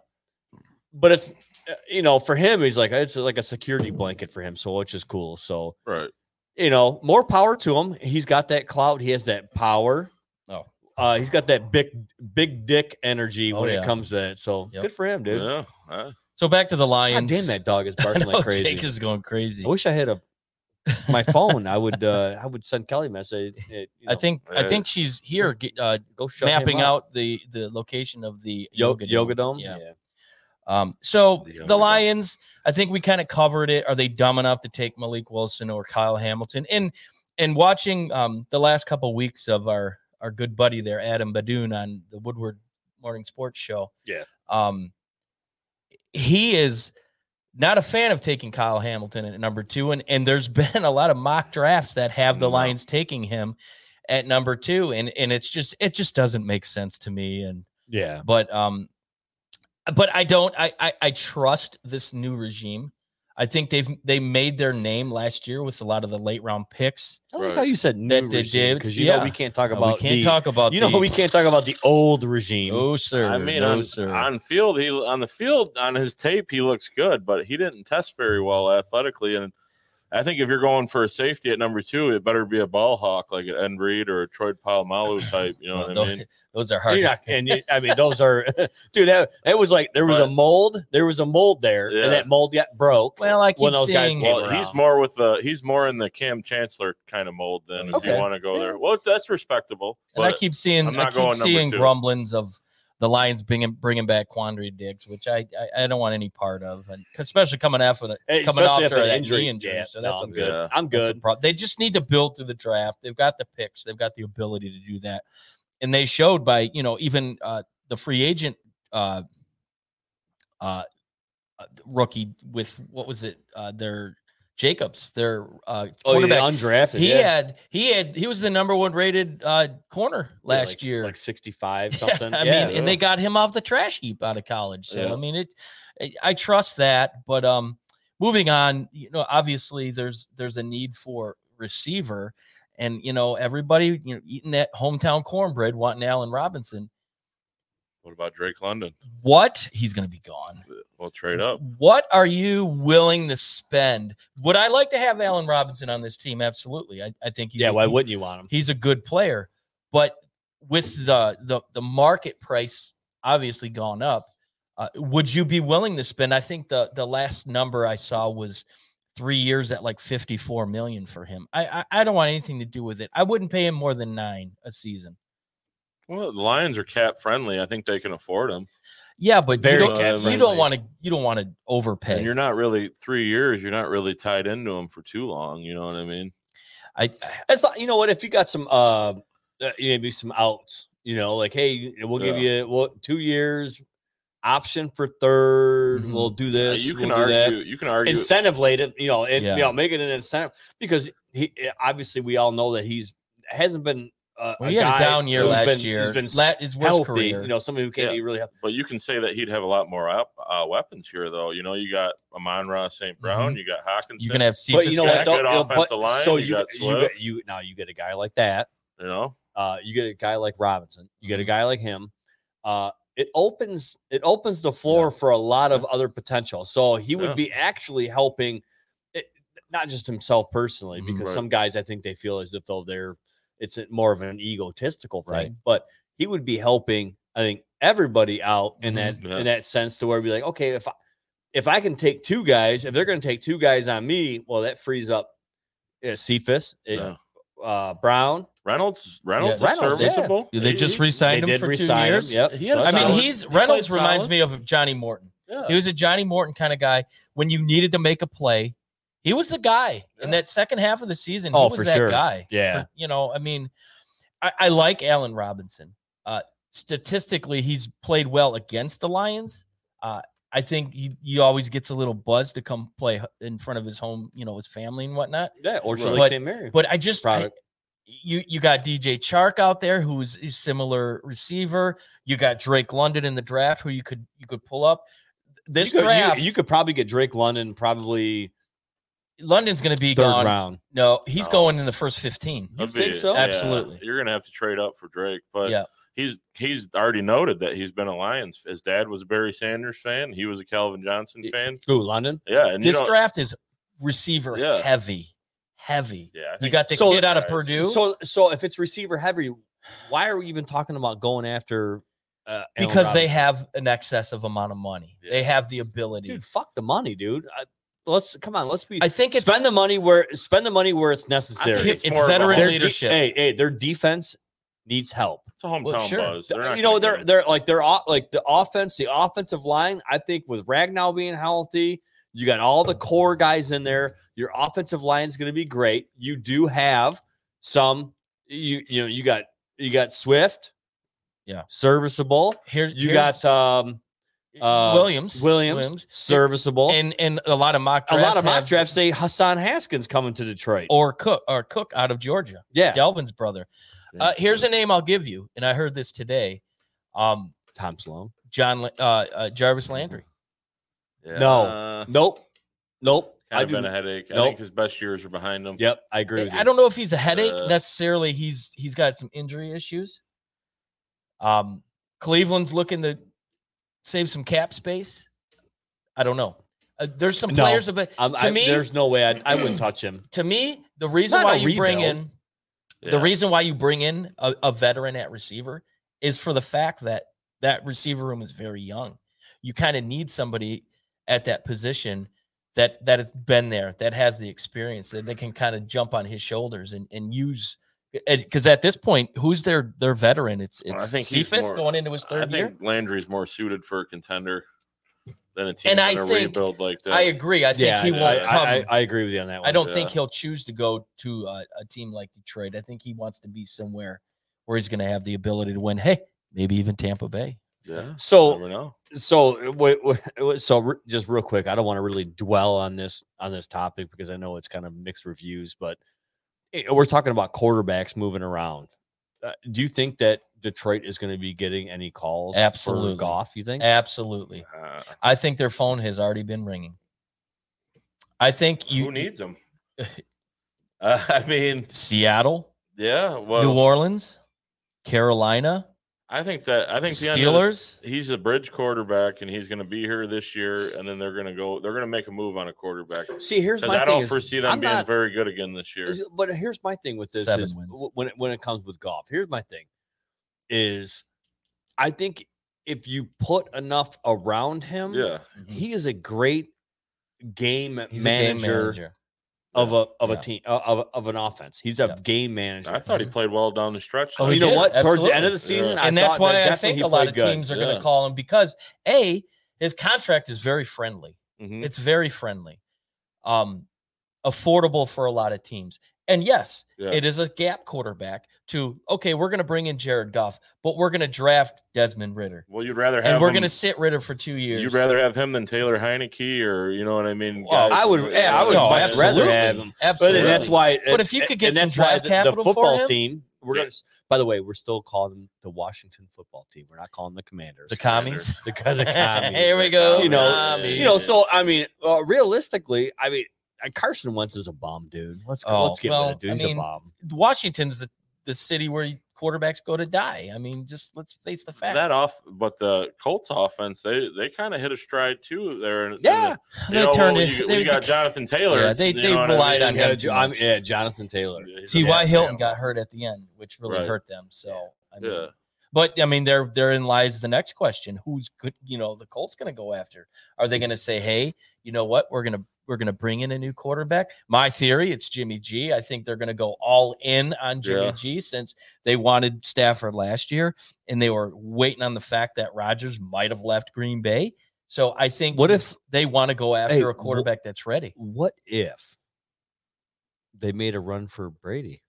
D: but it's uh, you know, for him, he's like it's like a security blanket for him, so which is cool. So
A: Right.
D: you know, more power to him. He's got that clout, he has that power.
E: Oh.
D: Uh, he's got that big, big dick energy
E: Oh,
D: when it
E: yeah.
D: comes to that. So
E: Yep.
D: good for him, dude.
A: Yeah. uh,
E: so back to the
D: God
E: Lions.
D: damn, that dog is
E: I
D: barking
E: know,
D: like crazy.
E: Jake is going crazy.
D: I wish I had a my phone. I would, uh, I would send Kelly a message. uh, you
E: I
D: know,
E: think I
A: uh,
E: think she's here ge- uh,
D: go shut him
E: mapping
D: up.
E: out the the location of the
D: yoga, yoga dome.
E: Yeah. Um. So
A: The yoga
E: the
A: dome.
E: Lions, I think we kind of covered it. Are they dumb enough to take Malik Wilson or Kyle Hamilton? And and watching um the last couple weeks of our our good buddy there, Adam Badoon, on the Woodward Morning Sports Show.
A: Yeah.
E: Um. He is not a fan of taking Kyle Hamilton at number two, and and there's been a lot of mock drafts that have the
A: No.
E: Lions taking him at number two, and and it's just it just doesn't make sense to me, and
D: Yeah.
E: but um, but I don't I I, I trust this new regime. I think they've they made their name last year with a lot of the late round picks.
D: I like
A: Right.
D: how you said new
E: That they
D: regime
E: did,
D: because you know
E: yeah.
D: we can't talk
E: Uh,
D: about
E: we can't
D: the,
E: talk about
D: you know
E: the, Oh,
D: we can't talk about the old regime.
E: no sir
A: I mean,
E: no
A: on,
E: sir
A: on field, he on the field on his tape, he looks good, but he didn't test very well athletically, and I think if you're going for a safety at number two, it better be a ball hawk like an Ed Reed or a Troy Polamalu type. You know
E: Well,
A: what I
E: those,
A: mean?
E: those are
D: You're
E: hard.
D: not- and you, I mean, those are, dude. That it was like there was a
A: But-
D: mold. There was a mold there,
A: Yeah.
D: and that mold got broke.
E: Well, I
D: When
E: keep
D: those guys
E: seeing.
D: came
A: Well, he's
D: around.
A: more with the he's more in the Cam Chancellor kind of mold than if
E: Okay.
A: you want to go there. Well, that's respectable.
E: And I
A: but-
E: keep seeing,
A: I'm
E: I
A: not
E: keep
A: going number
E: seeing
A: two.
E: grumblings of the Lions bringing bringing back Quandary Diggs, which I, I I don't want any part of, and especially coming after the
D: Hey,
E: coming
D: Eh, especially
E: after
D: after an
E: that
D: injury.
E: knee injury.
D: Yeah,
E: so
D: no,
E: that's a
D: I'm good.
A: Yeah.
D: I'm
E: that's a
D: good.
E: problem. They just need to build through the draft. They've got the picks. They've got the ability to do that, and they showed by you know even uh, the free agent uh, uh, uh, rookie with what was it uh, their Jacobs their uh,
D: Oh, yeah,
E: quarterback
D: undrafted.
E: he
D: yeah.
E: had he had he was the number one rated uh corner
D: Yeah,
E: last
D: like-
E: year.
D: like 65 something.
E: I
D: yeah.
E: mean, and they got him off the trash heap out of college. So
A: Yeah.
E: I mean, it I- I trust that. But um, moving on, you know, obviously there's there's a need for receiver, and you know everybody you know eating that hometown cornbread, wanting Allen Robinson.
A: What about Drake London?
E: What he's going to be gone.
A: We'll trade up.
E: What are you willing to spend? Would I like to have Allen Robinson on this team? Absolutely. I, I think he's
D: yeah,
E: a-
D: why
E: he-
D: wouldn't you want him?
E: he's a good player, but with the the the market price obviously gone up, uh, would you be willing to spend? I think the the last number I saw was three years at like fifty four million for him. I, I I don't want anything to do with it. I wouldn't pay him more than nine a season.
A: Well, the Lions are cap friendly. I think they can afford him.
E: Yeah, but
D: Very
E: you
A: cap
E: don't, you
A: friendly.
E: don't want to you don't want to overpay.
A: And you're not really three years. You're not really tied into him for too long. You know what I mean?
E: I
D: That's not, you know what? If you got some, uh, uh, maybe some outs, you know, like, hey, we'll give you well, two years, option for 3rd we
E: Mhm.
D: We'll do this.
A: you can
D: we'll do that.
A: argue. You can argue.
D: incentive laden, you know, and
E: Yeah.
D: you know, make it an incentive because he eh, obviously we all know that he's hasn't been. Uh,
E: well, he had a down year last
D: been,
E: year.
D: He's been
E: La- his worst
D: healthy,
E: career.
D: you know, somebody who can't
A: Yeah.
D: be really healthy.
A: But you can say that he'd have a lot more op- uh, weapons here, though. You know, you got Amon Ross St. Brown, you got Hawkins,
E: you're gonna have
D: But you
E: Cephas
D: know
E: back.
D: what? Though,
A: good
D: you know,
A: offensive
D: but-
A: line,
D: So
A: you
D: you
A: got
D: you
A: Swift.
D: you now you get a guy like that.
A: you know?
D: Uh, you get a guy like Robinson. You
A: Mm-hmm.
D: get a guy like him. Uh, it opens it opens the floor for a lot of other potential. So he would
A: Yeah.
D: be actually helping, it, not just himself personally,
E: Mhm.
D: because
A: Mm-hmm, Right.
D: some guys I think they feel as if though they're it's a- more of an egotistical thing,
E: Right.
D: but he would be helping. I think everybody out in that
A: Mhm. Yeah.
D: in that sense to where it'd be like, okay, if I if I can take two guys, if they're going to take two guys on me, well, that frees up uh, Cephas, it-
A: Yeah.
D: uh, Brown,
A: Reynolds, Reynolds
D: Yeah.
A: is
D: Reynolds, yeah.
A: serviceable.
E: they
A: He-
E: just
A: he-
E: re-signed him for two years.
D: Him. Yep.
A: He
D: So
A: had a
E: I
D: solid-
E: mean,
A: solid-
E: he's
A: he played
E: Reynolds reminds
A: solid.
E: me of Johnny Morton.
A: Yeah.
E: He was a Johnny Morton kind of guy. When you needed to make a play, he was the guy in
A: Yeah.
E: that second half of the season.
D: Oh,
E: he was
D: for
E: that
D: sure.
E: guy.
D: Yeah.
E: For- you know, I mean, I, I like Allen Robinson. Uh, statistically, he's played well against the Lions. Uh, I think he, he always gets a little buzz to come play h- in front of his home, you know, his family and whatnot.
D: yeah, Orchard
E: But-
D: Lake St. Mary.
E: But I just I-
D: Product.
E: you you got DJ Chark out there who's a similar receiver. You got Drake London in the draft who you could you could pull up. This
D: you could, you-
E: draft,
D: you, could probably get Drake London probably
E: London's going to be
D: third
E: gone.
D: round.
E: No, he's
A: No.
E: going in the first fifteen.
D: You
A: That'd
D: think
A: be-
D: so?
A: yeah,
E: Absolutely.
A: You're gonna have to trade up for Drake, but
E: Yeah.
A: he's he's already noted that he's been a Lions. His dad was a Barry Sanders fan. He was a Calvin Johnson
D: Yeah.
A: fan.
D: Ooh, London.
A: Yeah, and you
E: This
A: don't-
E: draft is receiver
A: Yeah.
E: heavy, heavy.
A: Yeah, I
E: You
A: think-
E: got the
D: So-
E: kid out of
A: guys.
E: Purdue.
D: So, so if it's receiver heavy, why are we even talking about going after? Uh, Allen
E: because they
D: Robinson?
E: have an excess of amount of money. They have the ability.
D: dude, fuck the money, dude. I, let's come on, let's be.
E: I think it's
D: spend the money where spend the money where it's necessary.
A: think
E: it's,
A: it's more of a
E: veteran
A: whole-
D: Their de-
E: leadership.
D: hey, hey, their defense needs help.
A: it's a hometown
E: Well, sure.
A: buzz. They're not gonna
D: you know,
A: give
D: they're
A: him-
D: they're like they're off like the offense, the offensive line. I think with Ragnow being healthy, you got all the core guys in there. Your offensive line is going to be great. You do have some. You you know you got you got Swift,
E: Yeah.
D: serviceable.
E: Here,
D: You
E: here's
D: got um uh,
E: Williams.
D: Williams, serviceable.
E: And and a lot of mock
D: a
E: drafts.
D: lot of mock
E: have-
D: drafts say Hassan Haskins coming to Detroit.
E: or Cook or Cook out of Georgia.
D: yeah,
E: Delvin's brother.
A: Yeah.
E: Uh, here's a name I'll give you, and I heard this today. Um,
D: Tom Sloan.
E: John La- uh, uh, Jarvis Landry.
A: Yeah.
D: no.
A: Uh,
D: Nope, nope.
A: kind
D: I
A: of been
D: do.
A: a headache. I
D: Nope.
A: think his best years are behind him.
D: Yep, I agree. with you.
E: I don't know if he's a headache
A: Uh,
E: necessarily. He's he's got some injury issues. Um, Cleveland's looking to save some cap space. I don't know. Uh, there's some
D: No.
E: players, but
D: Um,
E: To
D: I,
E: me-
D: there's no way I'd, I wouldn't touch him.
E: to me, the reason
D: Not
E: why
D: a
E: you bring
D: rebuild.
E: in
A: Yeah.
E: the reason why you bring in a, a veteran at receiver is for the fact that that receiver room is very young. You kind of need somebody at that position that that has been there, that has the experience, that they can kind of jump on his shoulders and and use. Because at this point, who's their their veteran? It's it's
A: Well, I think he's
E: Cephas
A: more-
E: going into his
A: I
E: third
A: think
E: year.
A: Landry's more suited for a contender than a team
E: And
A: in
E: I
A: a
E: think-
A: rebuild like that.
E: I agree. I think
D: yeah,
E: he
D: I-
E: won't
D: I,
E: come.
D: I, I agree with you on that one.
E: I don't
A: Yeah.
E: think he'll choose to go to a, a team like Detroit. I think he wants to be somewhere where he's going to have the ability to win. Hey, maybe even Tampa Bay.
A: Yeah.
D: So
A: never know.
D: so wait, wait, so re- just real quick i don't want to really dwell on this on this topic because i know it's kind of mixed reviews but eh, we're talking about quarterbacks moving around uh, do you think that detroit is going to be getting any calls
E: Absolutely.
D: for golf you think
E: Absolutely.
A: Uh,
E: I think their phone has already been ringing. I think you
A: who needs him? Uh, I mean,
E: Seattle,
A: yeah. Well,
E: New Orleans, Carolina,
A: I think that I think the end of the-
E: Steelers.
A: he's a bridge quarterback, and he's going to be here this year, and then they're going to go. They're going to make a move on a quarterback.
D: see here's
A: 'Cause
D: my
A: I
D: thing
A: don't
D: is,
A: foresee them
D: I'm
A: being
D: not-
A: very good again this year.
D: Is- But here's my thing with this
E: Seven
D: is
E: wins.
D: wh- when it, when it comes with golf. Here's my thing is I think if you put enough around him,
A: Yeah,
D: he is a great Mm-hmm. game
E: He's a game
D: manager,
E: manager.
D: of a of
E: Yeah.
D: a team of, of, of an offense. He's a
E: Yeah.
D: game manager.
A: I thought he played well down the stretch.
E: Oh,
A: last
E: he
D: you know
E: did,
A: year.
D: what? Towards the end of the
A: absolutely.
D: season,
A: Yeah.
D: I
E: and that's
D: thought
E: why
D: that
E: I
D: definitely
E: think
D: he
E: a lot
D: played
E: of
D: good.
E: teams are going
A: Yeah.
E: to call him because A, his contract is very friendly.
A: Mhm.
E: It's very friendly, um, affordable for a lot of teams. And yes,
A: Yeah.
E: it is a gap quarterback to okay, we're going to bring in Jared Goff, but we're going to draft Desmond Ritter,
A: Well, you'd rather have
E: and we're
A: him-
E: going to sit Ritter for two years.
A: You'd rather have him than Taylor Heineke, or you know what I mean?
E: Well,
A: guys
D: I would-
A: that-
D: yeah, I would
E: no,
D: much rather
E: absolutely,
D: have him. But
E: absolutely.
D: then that's why.
E: But if you could get
D: and
E: some
D: that's why
E: draft
D: the-
E: capital
D: the
E: for
D: football
E: him-
D: team. We're gonna. By the way, we're still calling them the Washington football team. We're not calling them the Commanders.
E: the commies.
D: the, the commies.
E: Here we go.
D: You know,
E: commies.
D: you know. So I mean, uh, realistically, I mean, uh, Carson Wentz is a bomb, dude. Let's
E: Oh,
D: let's get
E: well,
D: with it, dude.
E: I
D: He's
E: mean,
D: a bomb.
E: Washington's the the city where quarterbacks go to die. I mean, just let's face the fact
A: That off, but the Colts offense, they they kind of hit a stride too there. in- in the-
D: Yeah.
A: you
E: they
A: know,
E: turned
A: when
E: it.
A: you, when
E: they-
A: you got Jonathan Taylor.
E: Yeah,
A: it's-
E: they-
A: you know
E: they
A: what I
E: relied
A: mean?
E: on
D: Yeah,
E: him
D: Jo-
E: too
D: I'm,
E: much.
D: yeah, Jonathan Taylor.
A: He's a
E: T.Y.
A: bad
E: Hilton
A: man.
E: got hurt at the end, which really
A: Right.
E: hurt them. So I mean,
A: Yeah.
E: But I mean, there therein lies the next question: Who's good? You know, the Colts going to go after? Are they going to say, "Hey, you know what? We're going to we're going to bring in a new quarterback"? My theory: It's Jimmy G. I think they're going to go all in on Jimmy
A: Yeah.
E: G. Since they wanted Stafford last year, and they were waiting on the fact that Rodgers might have left Green Bay. So I think
D: What if-
E: they want to go after
D: Hey,
E: a
D: wh-
E: quarterback that's ready?
D: What if they made a run for Brady?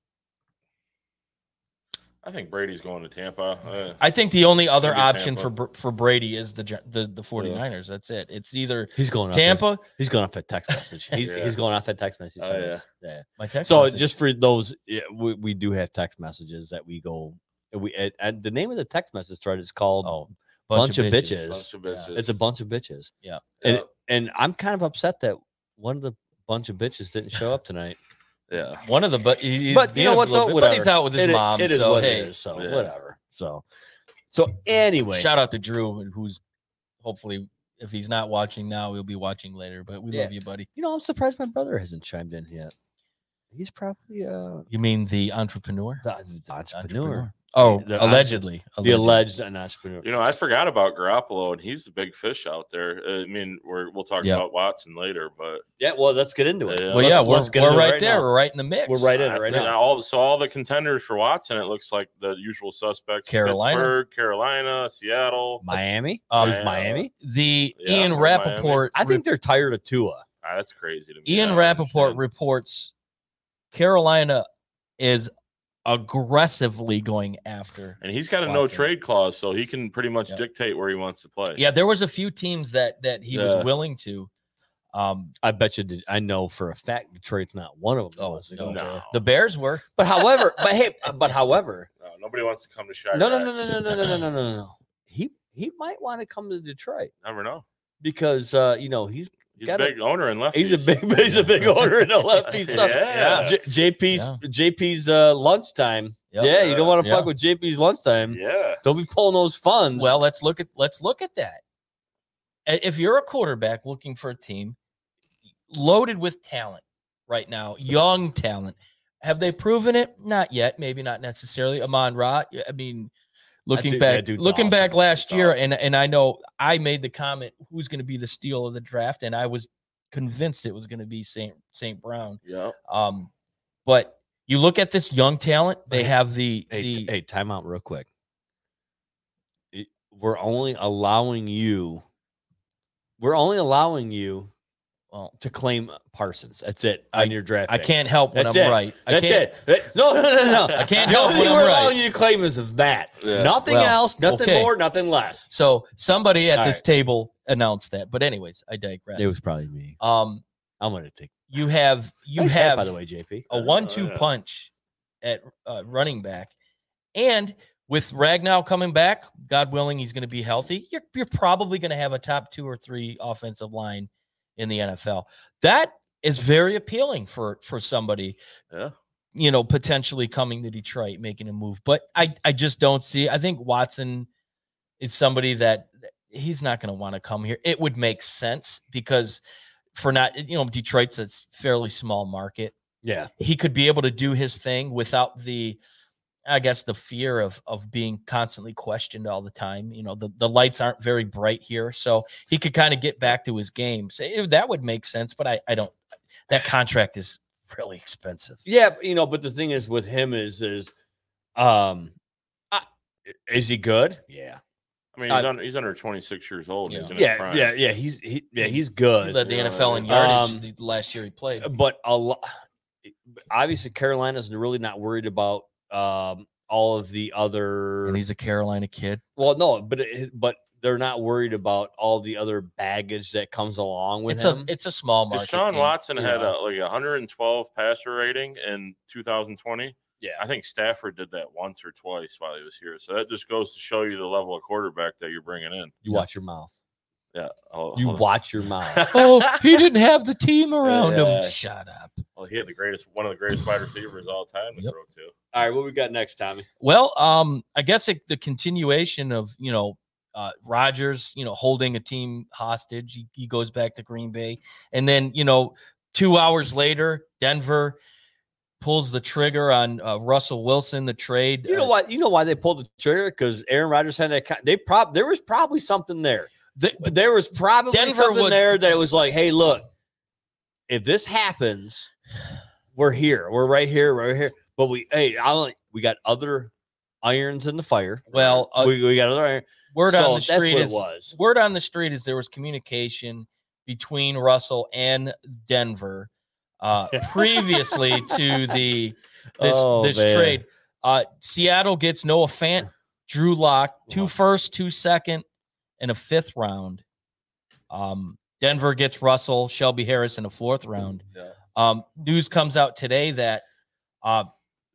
A: I think Brady's going to Tampa. Uh,
E: I think the only
A: It's
E: other
A: gonna be
E: option for
A: Tampa.
E: Br- for Brady is the Gi- the the 49ers. That's it. It's either
D: He's going off his-
E: Tampa.
D: he's going off that text message. He's,
A: Yeah.
D: he's going off that text message.
A: Oh,
D: So
A: yeah.
D: it's- yeah.
E: My text
D: So
E: message.
D: just for those, yeah, we, we do have text messages that we go. We and, and the name of the text message thread is called
E: oh,
D: bunch of bitches.
A: bunch of
E: Yeah.
A: bitches.
D: "It's a bunch of bitches,"
A: yeah.
D: and I'm kind of upset that one of the bunch of bitches didn't show up tonight.
A: yeah.
E: One of the but, he,
D: but you know what though?
E: But he's
D: Whatever.
E: out with his
D: It i-
E: mom.
D: It is
E: so,
D: what
E: hey,
D: it is. So
A: Yeah.
D: whatever. So so anyway,
E: Shout out to Drew, who's hopefully if he's not watching now, he'll be watching later. But we love you, buddy.
D: you know I'm surprised my brother hasn't chimed in yet. He's probably uh
E: You mean the entrepreneur?
D: the, the entrepreneur,
E: Oh,
D: The-
E: allegedly,
D: the
E: allegedly.
D: alleged entrepreneur.
A: You know, I forgot about Garoppolo, and he's the big fish out there. Uh, I mean, we're, we'll talk
E: Yeah.
A: about Watson later, but
D: Yeah, well, let's get into it.
A: Yeah.
E: Well, yeah,
D: Let's-
E: we're,
D: let's get
E: we're
D: into it
E: right, there.
D: now.
E: We're right in the mix.
D: We're right in
A: I
D: it right
A: think
D: now.
A: All so all the contenders for Watson, it looks like the usual suspects:
E: Carolina.
A: Pittsburgh, Carolina, Seattle.
D: Miami
E: Um,
D: is Miami.
E: The
A: Yeah,
E: Ian
A: or Miami.
E: Rappaport.
D: I think they're tired of Tua.
A: Ah, that's crazy to me.
E: Ian
A: I don't
E: Rappaport
A: understand.
E: reports Carolina is aggressively going after.
A: and he's got a no
E: Watson.
A: trade clause, so he can pretty much
E: Yep.
A: dictate where he wants to play.
E: Yeah, there was a few teams that that he
A: Yeah.
E: was willing to. Um,
D: I bet you. Did, I know for a fact Detroit's not one of them.
E: Oh,
D: Let's
E: no.
D: go
A: No.
D: there.
E: the Bears were.
D: But however, but hey, but however,
A: No, Uh, nobody wants to come to Chirac.
D: no, no, no, no, no, no, no, no, no, no, no. He he might want to come to Detroit
A: Never know.
D: because uh, you know he's
A: He's
D: Got
A: a
D: a-
A: big owner in left.
D: he's a big he's a big owner in a lefty sub.
A: Yeah.
D: J- JP's JP's uh, lunchtime.
E: Yep.
D: Yeah, you don't want to
E: Yeah.
D: fuck with JP's lunchtime.
A: Yeah.
D: Don't be pulling those funds.
E: Well, let's look at let's look at that. i- if you're a quarterback looking for a team loaded with talent right now, young talent, have they proven it? Not yet. Maybe not necessarily. Amon Ra. I mean, looking
D: dude- that
E: back,
D: dude's
E: looking
D: awesome.
E: back last
D: He's
E: year,
D: awesome.
E: and and I know I made the comment who's going to be the steal of the draft, and I was convinced it was going to be Saint Saint Brown.
A: Yeah.
E: Um, but you look at this young talent; they
D: Hey,
E: have the,
D: Hey,
E: the
D: t- hey, time out real quick. It- We're only allowing you. We're only allowing you
E: well,
D: to claim Parsons. That's it
E: I-
D: on your draft.
E: I
D: pick.
E: can't help when
D: That's
E: I'm
D: it.
E: right. I
D: That's
E: can't,
D: it. That- No, no, no, no.
E: I can't
D: The
E: help
D: only
E: when
D: thing
E: I'm
D: we're
E: right.
D: allowing you to claim is of that.
A: Yeah.
D: Nothing
E: Well,
D: else. Nothing
E: okay.
D: more. Nothing less.
E: So somebody at
D: All
E: this
D: right.
E: table announced that. But anyways, I digress.
D: probably me.
E: um,
D: I'm gonna take.
E: you have you
D: Nice hat,
E: have Oh,
D: by the way, JP.
E: a
A: Uh,
E: one-two
A: yeah.
E: punch at uh, running back, and with Ragnow coming back, God willing, he's going to be healthy. You're you're probably going to have a top two or three offensive line in the NFL. That is very appealing for for somebody.
A: Yeah.
E: You know, potentially coming to Detroit, making a move, but I I just don't see. I think Watson is somebody that he's not going to want to come here. It would make sense because for not you know Detroit's a s- fairly small market
D: Yeah.
E: he could be able to do his thing without the i guess the fear of of being constantly questioned all the time you know the, the lights aren't very bright here so he could kind of get back to his game so it- that would make sense but i i don't that contract is really expensive
D: Yeah, but, you know, but the thing is with him is is um I, is he good? Yeah.
A: I mean,
D: Uh,
A: he's, under, he's under 26 years old. and He's in his
D: Yeah,
A: prime.
D: yeah, yeah, he's he, yeah, he's
E: he
D: good.
E: led the
A: Yeah.
E: nfl in yardage
D: Um, uh,
E: the last year he played
D: But a lot obviously Carolina's really not worried about um all of the other
E: and he's a carolina kid
D: well no, but it, but they're not worried about all the other baggage that comes along with
E: it's
D: him.
E: a it's a small market
A: Deshaun
E: team,
A: Watson
E: you
A: had
E: know.
A: a, like 112 passer rating in 2020.
D: yeah.
A: I think Stafford did that once or twice while he was here. So that just goes to show you the level of quarterback that you're bringing in.
D: You watch your mouth.
A: Yeah. Oh,
D: You
A: hold on.
D: watch your mouth.
E: oh he didn't have the team around
A: Yeah.
E: him shut up
A: Well, he had the greatest, one of the greatest wide receivers all time to
E: Yep.
A: throw to.
D: all right, what we got next, Tommy?
E: Well, um, I guess it, the continuation of you know uh, Rogers, you know, holding a team hostage. He, he goes back to Green Bay, and then you know, two hours later, Denver pulls the trigger on uh, Russell Wilson, the trade.
D: You know
E: Uh,
D: why? You know why they pulled the trigger? Because Aaron Rodgers had that. con- They prob there was probably something there.
E: the- the-
D: There was probably
E: Denver
D: something
E: would-
D: there that was like, hey, look, if this happens, we're here. We're right here. We're here. But we, hey, I don't, we got other irons in the fire.
E: well, uh,
D: we, we got other iron.
E: word
D: so
E: on the
D: that's what
E: street
D: it
E: is
D: was.
E: word on the street is there was communication between Russell and Denver uh, previously to the this
D: Oh,
E: this
D: man.
E: trade. Uh, Seattle gets Noah Fant, Drew Lock, two
D: Wow.
E: first, two second, and a fifth round. Um, Denver gets Russell, Shelby Harris in a fourth round.
A: Yeah.
E: Um, news comes out today that uh,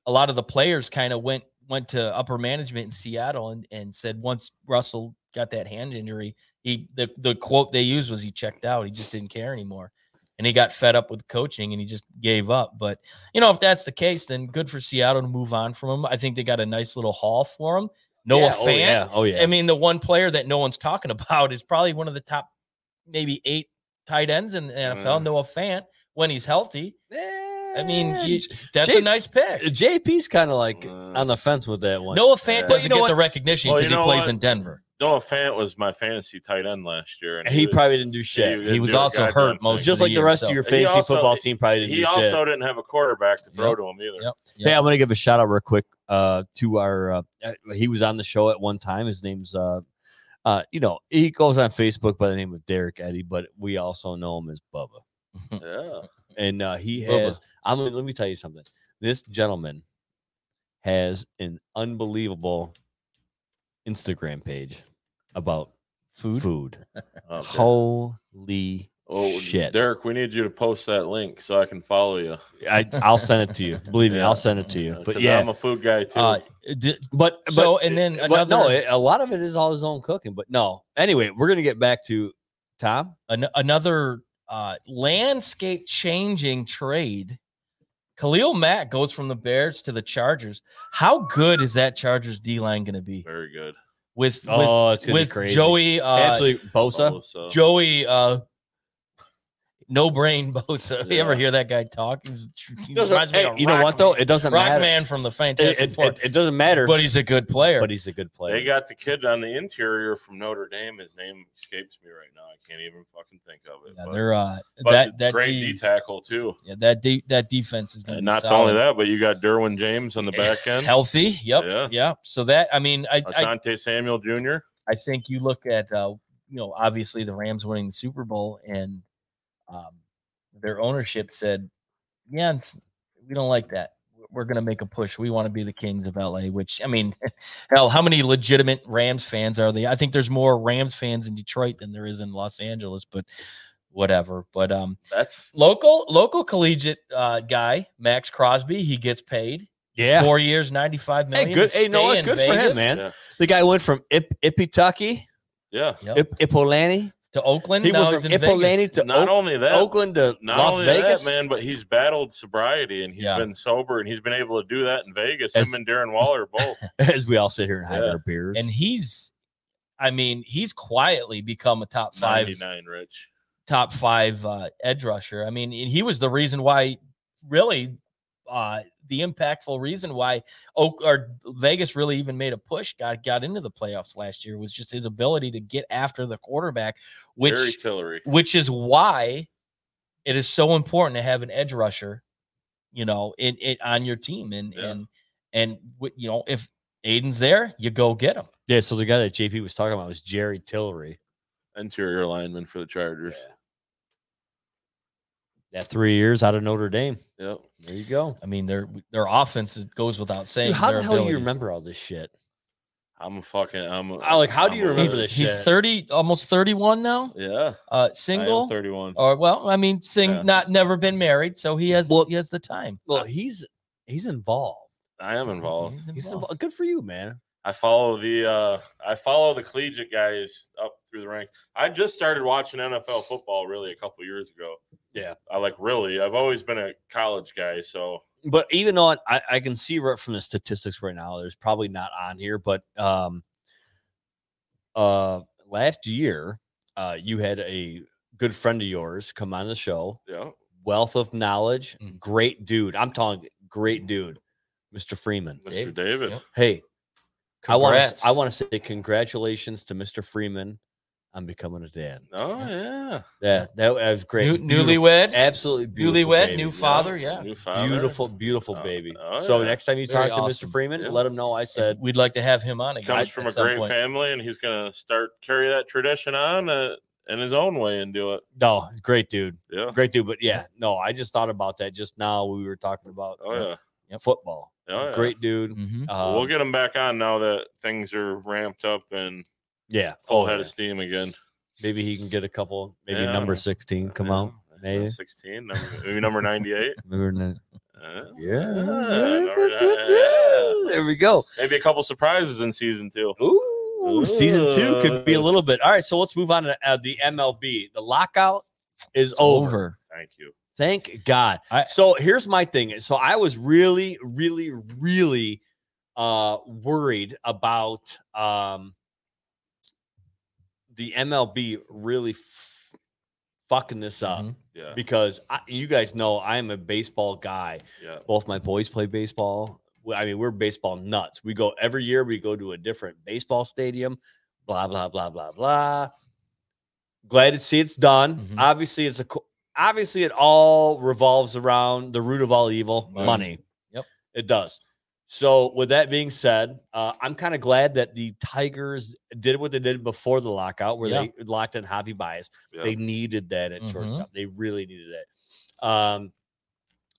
E: a lot of the players kind of went went to upper management in Seattle and, and said once Russell got that hand injury, he the, the quote they used was he checked out. He just didn't care anymore. And he got fed up with coaching and he just gave up. But you know, if that's the case, then good for Seattle to move on from him. I think they got a nice little haul for him. Noah
D: Yeah,
E: Fant.
D: Oh yeah. Oh yeah.
E: I mean, the one player that no one's talking about is probably one of the top maybe eight tight ends in the NFL,
A: Mm.
E: Noah Fant, when he's healthy. I mean,
D: Eh,
E: you- that's a
D: Jake-
E: nice pick.
D: JP's kind of like uh,
A: Mm.
D: on the fence with that one.
E: Noah Fant
A: But
E: doesn't
D: you know
E: get
D: what?
E: the recognition
A: Well,
E: because
A: you know
E: he plays
A: what?
E: in Denver.
A: Noah Fant was my fantasy tight end last year.
D: he
A: was-
D: probably didn't do shit.
A: was-
E: He
A: didn't
E: was
A: do a
E: also
A: goddamn
E: hurt
A: thing.
E: most
D: Just
E: of
D: like
E: the
D: the
E: year,
D: rest
E: so-
D: of your
A: He
D: fantasy
A: also-
D: football team probably didn't
A: He
D: do shit.
A: also didn't have a quarterback to throw
E: Yep.
A: to him either.
E: Yep.
D: Hey, I'm going to give a shout out real quick uh, to our. Uh, uh, he was on the show at one time. His name's, uh, uh, you know, he goes on Facebook by the name of Derek Eddy, but we also know him as Bubba.
A: Yeah.
D: And uh, he
E: Bubba.
D: has. I'm. gonna- Let me tell you something. This gentleman has an unbelievable Instagram page about food. Food.
A: Oh,
D: Holy
A: Oh
D: shit!
A: Derek, we need you to post that link so I can follow you.
D: I, I'll send it to you. Believe me,
A: Yeah.
D: I'll send it to you. But
A: 'Cause
D: yeah,
A: I'm a food guy too.
E: Uh, d-
D: But, but
E: So, and then
D: but no,
E: another-
D: it, a lot of it is all his own cooking. But no, anyway, we're gonna get back to Tom.
E: an- another uh, landscape changing trade. Khalil Mack goes from the Bears to the Chargers. How good is that Chargers D line going to be?
A: Very good.
E: with with,
D: oh, it's gonna
E: with
D: be crazy.
E: Joey uh,
D: Absolutely, Bosa.
A: Bosa.
E: Joey uh, no brain Bosa. You ever
A: Yeah.
E: hear that guy talk? He's, he
D: Doesn't-
E: reminds me
D: hey,
E: of
D: you know what though? It doesn't matter.
E: Rockman from the
D: It,
E: Fantastic
D: it-
E: Four.
D: it- it doesn't matter.
E: but he's a good player.
D: but he's a good player.
A: They got the kid on the interior from Notre Dame. His name escapes me right now. I can't even fucking think of it.
E: yeah,
A: but-
E: they're uh,
A: but
E: that that
A: great
E: D,
A: D tackle too.
E: yeah, that D, that defense is going
A: And
E: to
A: not
E: solid.
A: only that, but you got Derwin James on the back end.
E: healthy. Yep,
A: Yeah.
E: yeah. So that I mean, I, I
A: Asante Samuel Jr.
E: I think you look at uh, you know obviously the Rams winning the Super Bowl and um, their ownership said, yeah, it's, we don't like that. We're going to make a push. We want to be the kings of LA. Which I mean, hell, how many legitimate Rams fans are they? I think there's more Rams fans in Detroit than there is in Los Angeles, but whatever. But um,
A: That's
E: local local collegiate uh, guy Max Crosby, he gets paid
D: yeah.
E: four years, ninety five
D: Hey,
E: million.
D: good.
E: to
D: Hey, you know
E: stay
D: what?
E: in
D: Good for him,
E: Vegas,
D: man.
A: Yeah.
D: The guy went from Ip, Ipitaki,
A: yeah.
E: Yep.
D: Ip, Ipolani.
E: To Oakland,
D: He
E: now
D: went
E: he's
D: from
E: in Vegas.
D: Ipolani to
A: Not
D: Oak-
A: only that,
D: Oakland to
A: not
D: Las
A: only
D: Vegas.
A: that, man, but he's battled sobriety and he's
E: Yeah.
A: been sober and he's been able to do that in Vegas.
D: As-
A: him and Darren Waller both.
D: As we all sit here and have
A: Yeah.
D: our beers.
E: and he's I mean, he's quietly become a top five
A: 99 Rich.
E: top five uh, edge rusher. I mean, and he was the reason why really uh the impactful reason why Oak or Vegas really even made a push got got into the playoffs last year was just his ability to get after the quarterback, which
A: Very Tillery.
E: which is why it is so important to have an edge rusher, you know, in it on your team. And
A: Yeah.
E: and and wi- you know, if Aiden's there, you go get him.
D: yeah, so the guy that JP was talking about was Jerry Tillery.
A: Interior lineman for the Chargers.
D: That three years out of Notre Dame.
A: Yep.
D: There you go.
E: I mean, their their offense is, goes without saying.
D: Dude, how
E: their
D: the hell do
E: ability.
D: you remember all this shit?
A: I'm a fucking. I'm a,
D: I like, how do
A: I'm
D: you
A: a
D: remember
A: loser.
E: He's,
D: this
E: he's
D: shit?
E: thirty, almost thirty-one now.
A: Yeah.
E: Uh,
A: I am
E: single,
A: 31.
E: or well, I mean, sing,
A: Yeah.
E: not never been married, so he has
D: Well-
E: he has the time.
D: Well, he's he's involved.
A: I am involved.
E: He's
D: He's
E: involved.
D: involved. Good for you, man.
A: I follow the uh I follow the collegiate guys up through the ranks. I just started watching NFL football really a couple years ago.
D: Yeah.
A: I like really. I've always been a college guy, so
D: But even on, I, I can see right from the statistics right now. There's probably not on here, but um, uh, last year, uh, you had a good friend of yours come on the show.
A: yeah.
D: Wealth of knowledge,
E: Mm.
D: great dude. I'm talking great dude, Mr. Freeman.
A: Mr.
E: Dave?
A: David.
E: Yep.
D: Hey, I want
E: Congrats.
D: to I want to say congratulations to Mr. Freeman on becoming a dad.
A: Oh yeah.
D: Yeah, that was great.
E: New-
D: Beautiful-
E: newlywed?
D: absolutely beautiful
E: Newlywed,
D: baby.
E: new Father, yeah.
A: New father.
D: beautiful, beautiful
A: Oh,
D: baby.
A: oh,
D: so
A: yeah.
D: next time you
E: Very
D: talk to
E: awesome.
D: Mr. Freeman,
A: Yeah.
D: let him know I said
E: We'd like to have him on again.
A: Comes from
E: at
A: a
E: some
A: great
E: point.
A: family and he's gonna start carry that tradition on uh, in his own way and do it.
D: no. Great dude,
A: Yeah.
D: great dude. But yeah, no, I just thought about that just now. We were talking about
A: Oh
D: uh,
A: yeah.
D: football.
A: Oh, yeah.
D: Great dude.
E: Mhm.
D: Uh,
A: we'll get him back on now that things are ramped up and
D: yeah,
A: full
D: Oh,
A: head
D: yeah.
A: of steam again.
D: Maybe he can get a couple. Maybe
A: Yeah.
D: number sixteen come
A: Yeah.
D: out. Maybe.
A: sixteen, number, maybe number ninety-eight.
D: Remember that?
A: Uh,
D: Yeah. There we go.
A: Maybe a couple surprises in season two.
D: Ooh, season two could be a
A: Ooh.
D: little bit. All right, so let's move on to uh, the MLB. The lockout is over.
A: Thank you.
D: Thank God.
E: I-
D: so here's my thing. So I was really, really, really uh, worried about um, the MLB really f- fucking this up
E: Mhm.
A: Yeah.
D: because I, you guys know I am a baseball guy
A: Yeah.
D: both my boys play baseball. We- I mean, we're baseball nuts. We go every year, we go to a different baseball stadium, blah, blah, blah, blah, blah. Glad to see it's done.
E: Mhm.
D: Obviously, it's a co- obviously it all revolves around the root of all evil,
E: Money.
D: money.
E: Yep.
D: It does. So, with that being said, uh, I'm kind of glad that the Tigers did what they did before the lockout, where
E: Yeah.
D: they locked in Javi Baez.
A: Yeah.
D: They needed that at
E: Mhm.
D: shortstop. They really needed that. Um,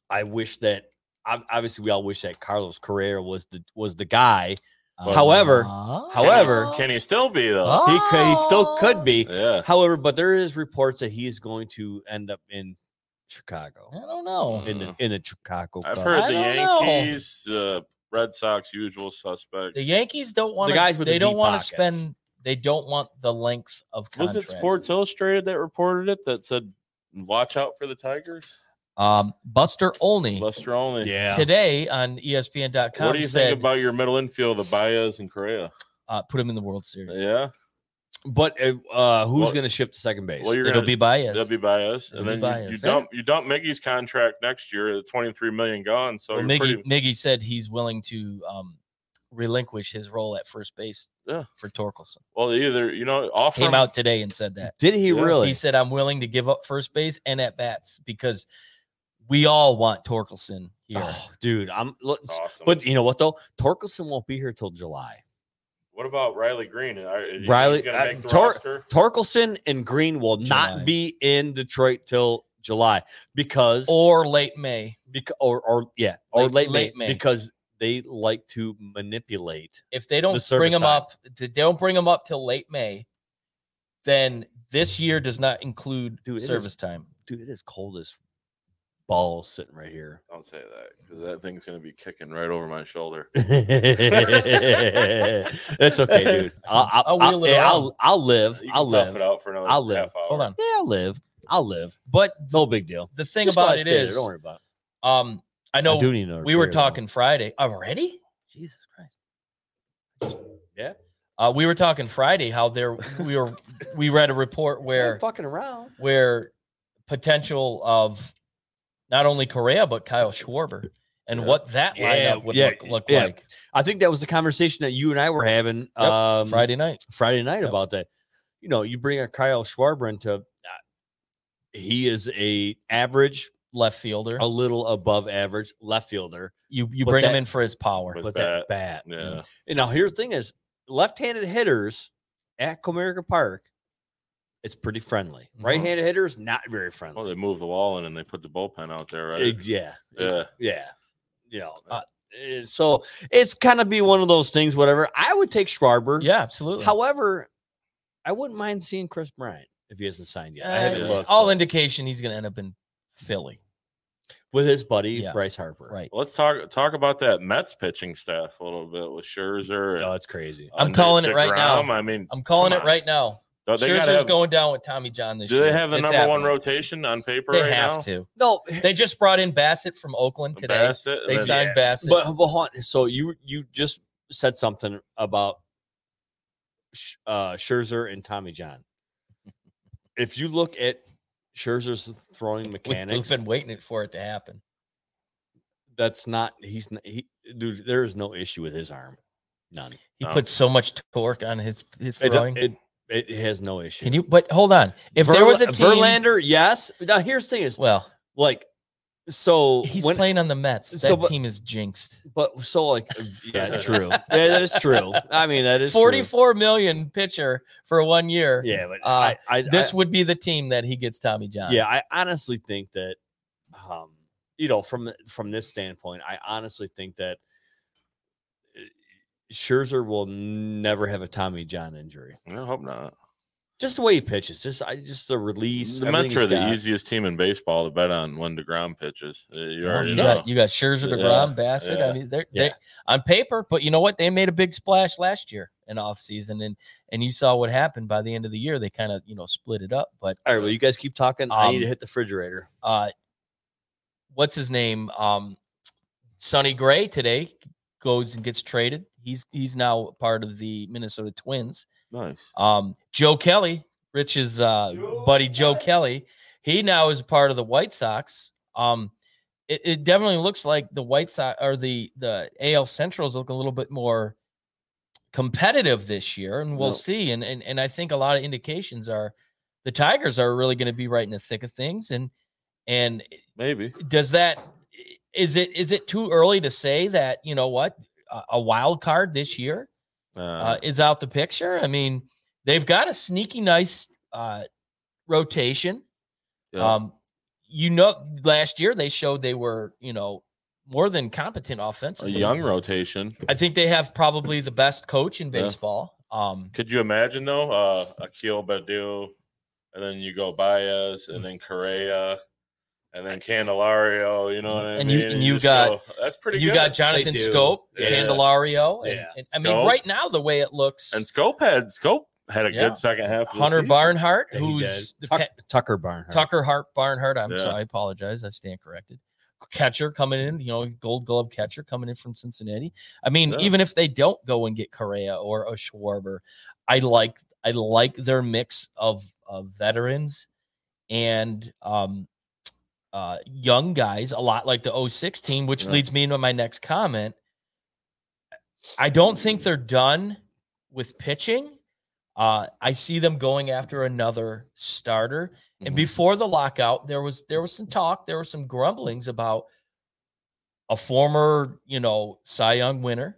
D: I wish that. ob- Obviously, we all wish that Carlos Carrera was the was the guy. However-
E: Ah.
A: Can he-
D: however-
A: can he still be though?
E: Ah.
D: He could, he still could be.
A: Oh. Yeah.
D: However, but there is reports that he is going to end up in Chicago
E: I don't know.
D: in the in the Chicago.
A: Mm. I've
D: Cubs.
A: heard
E: I
A: the
E: don't know.
A: Yankees, uh, Red Sox, usual suspects.
E: The Yankees don't want
D: guys with
E: They
D: the
E: don't
D: deep
E: want to
D: pockets.
E: spend. They don't want the length of
A: Was
E: contract.
A: it Sports Illustrated that reported it that said, "Watch out for the Tigers"?
E: Um, Buster Olney
A: Lester only.
D: yeah.
E: today on E ESPN.com
A: What do you
E: said,
A: think about your middle infield, the Baez and Correa?
E: uh, put him in the World Series.
A: Yeah.
D: But uh, uh, who's
A: Well-
D: going to shift to second base?
A: Well, you're
E: It'll
A: gonna
E: be biased.
A: that'll be biased,
E: It'll
A: and
E: be
A: then you- you,
E: biased.
A: dump you dump Miggy's contract next year at 23 million gone. So
E: Well,
A: you're
E: Miggy,
A: pretty
E: Miggy said he's willing to um, relinquish his role at first base
A: Yeah.
E: for Torkelson.
A: well either you know offer
E: Came
A: him-
E: out today and said that.
D: Did he
A: Yeah.
D: really?
E: He said, I'm willing to give up first base and at bats because we all want Torkelson here.
D: oh, dude, I'm. Look,
A: That's awesome.
D: But you know what though? Torkelson won't be here till July.
A: what about Riley Green? Are, is he-
D: Riley-
A: he's gonna
D: uh,
A: make the
D: Tor-
A: roster?
D: Torkelson and Green will
E: July.
D: not be in Detroit till July because
E: Or late May.
D: because or, or yeah or
E: Late-
D: late,
E: late
D: May,
E: May.
D: because they like to manipulate.
E: If they don't
D: The service
E: bring him
D: time.
E: up, if they don't bring him up till late May, then this year does not include
D: Dude, it is-
E: service time.
D: Dude, it is cold as balls sitting right here.
A: Don't say that because that thing's gonna be kicking right over my shoulder.
D: it's okay, dude. I'll I'll,
E: I'll
D: I'll,
E: wheel it
D: yeah,
E: around.
D: I'll, I'll live.
A: You can
D: I'll
A: tough
D: live.
A: it out for another
D: I'll live.
A: half hour.
E: Hold on.
D: Yeah, I'll live. I'll live.
E: But
D: No big deal.
E: the thing
D: Just
E: about
D: glad
E: it
D: stayed there.
E: is,
D: don't worry about it.
E: um, I know
D: do need another
E: we were
D: beer, though.
E: talking Friday already. Jesus Christ.
D: Yeah.
E: Uh, we were talking Friday how there we were we read a report
D: We're
E: where
D: fucking around.
E: where potential of not only Correa but Kyle Schwarber and
D: Yeah.
E: what that
D: Yeah,
E: lineup would
D: yeah,
E: look, look
D: yeah.
E: like
D: I think that was the conversation that you and I were having
E: Yep,
D: um,
E: Friday night.
D: Friday night
E: Yep.
D: about that. You know, you bring a Kyle Schwarber into. Uh, he is a average,
E: Left fielder,
D: a little above average left fielder,
E: you you
D: but
E: bring him
D: that-
E: in for his power.
A: With
D: but that bat.
A: Yeah.
D: And now here's the thing: is left-handed hitters at Comerica Park, it's pretty friendly.
E: Mhm.
D: Right-handed hitters not very friendly.
E: Oh,
A: Well, they moved the wall in and they put the bullpen out there, right?
D: Eh, yeah,
A: yeah.
D: yeah, yeah. Uh, eh, so it's kind of be one of those things. Whatever, I would take Schwarber.
E: Yeah, absolutely.
D: However, I wouldn't mind seeing Chris Bryant if he hasn't signed yet. I
E: Uh,
D: haven't
A: yeah.
D: looked
E: all
D: but-
E: indication he's going to end up in Philly,
D: with his buddy
E: Yeah.
D: Bryce Harper.
E: right?
A: Let's talk talk about that Mets pitching staff a little bit with Scherzer. And,
D: Oh, it's crazy.
E: I'm
A: and
E: calling it right now.
A: DeGrom. I mean,
E: I'm calling
A: come
E: it
A: on.
E: right now.
A: They
E: Scherzer's
A: gotta have-
E: going down with Tommy John this
A: do
E: year.
A: they have the
E: It's
A: number one
E: happening.
A: rotation on paper
E: They
A: right
E: have
A: now?
E: to.
D: No,
E: They just brought in Bassett from Oakland today.
A: Bassett,
E: they
A: and then-
E: signed Bassett.
D: but, but hold on. so you you just said something about Sh- uh, Scherzer and Tommy John. If you look at Scherzer's throwing
E: We- We've
D: mechanics,
E: been waiting for it to happen.
D: that's not he's n- he, dude. There is no issue with his arm, none.
E: He
A: No.
E: put so much torque on his his
D: Oh. It,
E: throwing.
D: it, it has no issue.
E: Can you? But hold on. If there
D: Verla-
E: was a team,
D: Verlander, yes. Now here's the thing is
E: well,
D: like so
E: he's
D: when-
E: playing on the Mets. That
D: so, but-
E: team is jinxed.
D: but so like yeah, true. Yeah, that is true. I mean that is true.
E: Forty-four million pitcher for one year.
D: Yeah, but
E: Uh,
D: I, I
E: This
D: I-
E: uh, would be the team that he gets Tommy John.
D: yeah, I honestly think that um you know from the- from this standpoint, I honestly think that uh, Scherzer will never have a Tommy John injury.
A: I hope not.
D: Just the way he pitches, just I just the release.
A: The
D: everything
A: Mets are
D: he's
A: the
D: got.
A: easiest team in baseball to bet on when DeGrom pitches. Uh, You
E: Oh,
A: already
E: you,
A: know.
E: got, you got Scherzer,
A: Yeah,
E: DeGrom, Bassett. I
A: yeah,
E: mean, they're,
D: yeah.
E: they on paper, but you know what? They made a big splash last year in offseason, and and you saw what happened by the end of the year. They kind of you know split it up. But
D: All right, well, you guys keep talking. I need
E: Um,
D: to hit the refrigerator.
E: uh, what's his name? Um, Sonny Gray today goes and gets traded. He's he's now part of the Minnesota Twins.
A: Nice.
E: Um, Joe Kelly, Rich's uh, buddy Joe Kelly, he now is part of the White Sox. Um, it, it definitely looks like the White Sox or the the AL Centrals look a little bit more competitive this year, and we'll
A: No.
E: see. And, and and I think a lot of indications are the Tigers are really going to be right in the thick of things. And and
A: Maybe.
E: does that is it is it too early to say that you know what a- a wild card this year?
A: Uh,
E: uh, is out the picture. I mean, they've got a sneaky nice uh, rotation.
A: yeah.
E: Um, you know, last year they showed they were, you know, more than competent
A: a
E: offensively.
A: young rotation.
E: I think they have probably the best coach in
A: Yeah.
E: baseball. Um,
A: Could you imagine though? Uh Akil Badu, and then you go Baez, and then Correa, and then Candelario. You know what I
E: And you-
A: mean?
E: and you
A: just
E: got-
A: go, that's pretty.
E: you
A: good.
E: got Jonathan
D: do.
E: Scope,
A: Yeah.
E: Candelario, and,
D: Yeah.
E: and- I mean,
A: Scope.
E: right now the way it looks,
A: and Scope had Scope had a
E: Yeah.
A: good second half. Of the
E: Hunter
A: season.
E: Barnhart,
D: Yeah, he
E: who's
D: did.
E: the
D: Tuck-
E: pe-
D: Tucker Barnhart.
E: Tucker Hart Barnhart. I'm
A: Yeah.
E: sorry, I apologize. I stand corrected. catcher coming in, you know, gold glove catcher coming in from Cincinnati. I mean,
A: Yeah.
E: even if they don't go and get Correa or a Schwarber, I like I like their mix of, of veterans and um uh young guys, a lot like the 06 team, which
A: Yeah.
E: leads me into my next comment. I don't think they're done with pitching. Uh, I see them going after another starter. And
A: Mhm.
E: before the lockout, there was there was some talk, there were some grumblings about a former, you know, Cy Young winner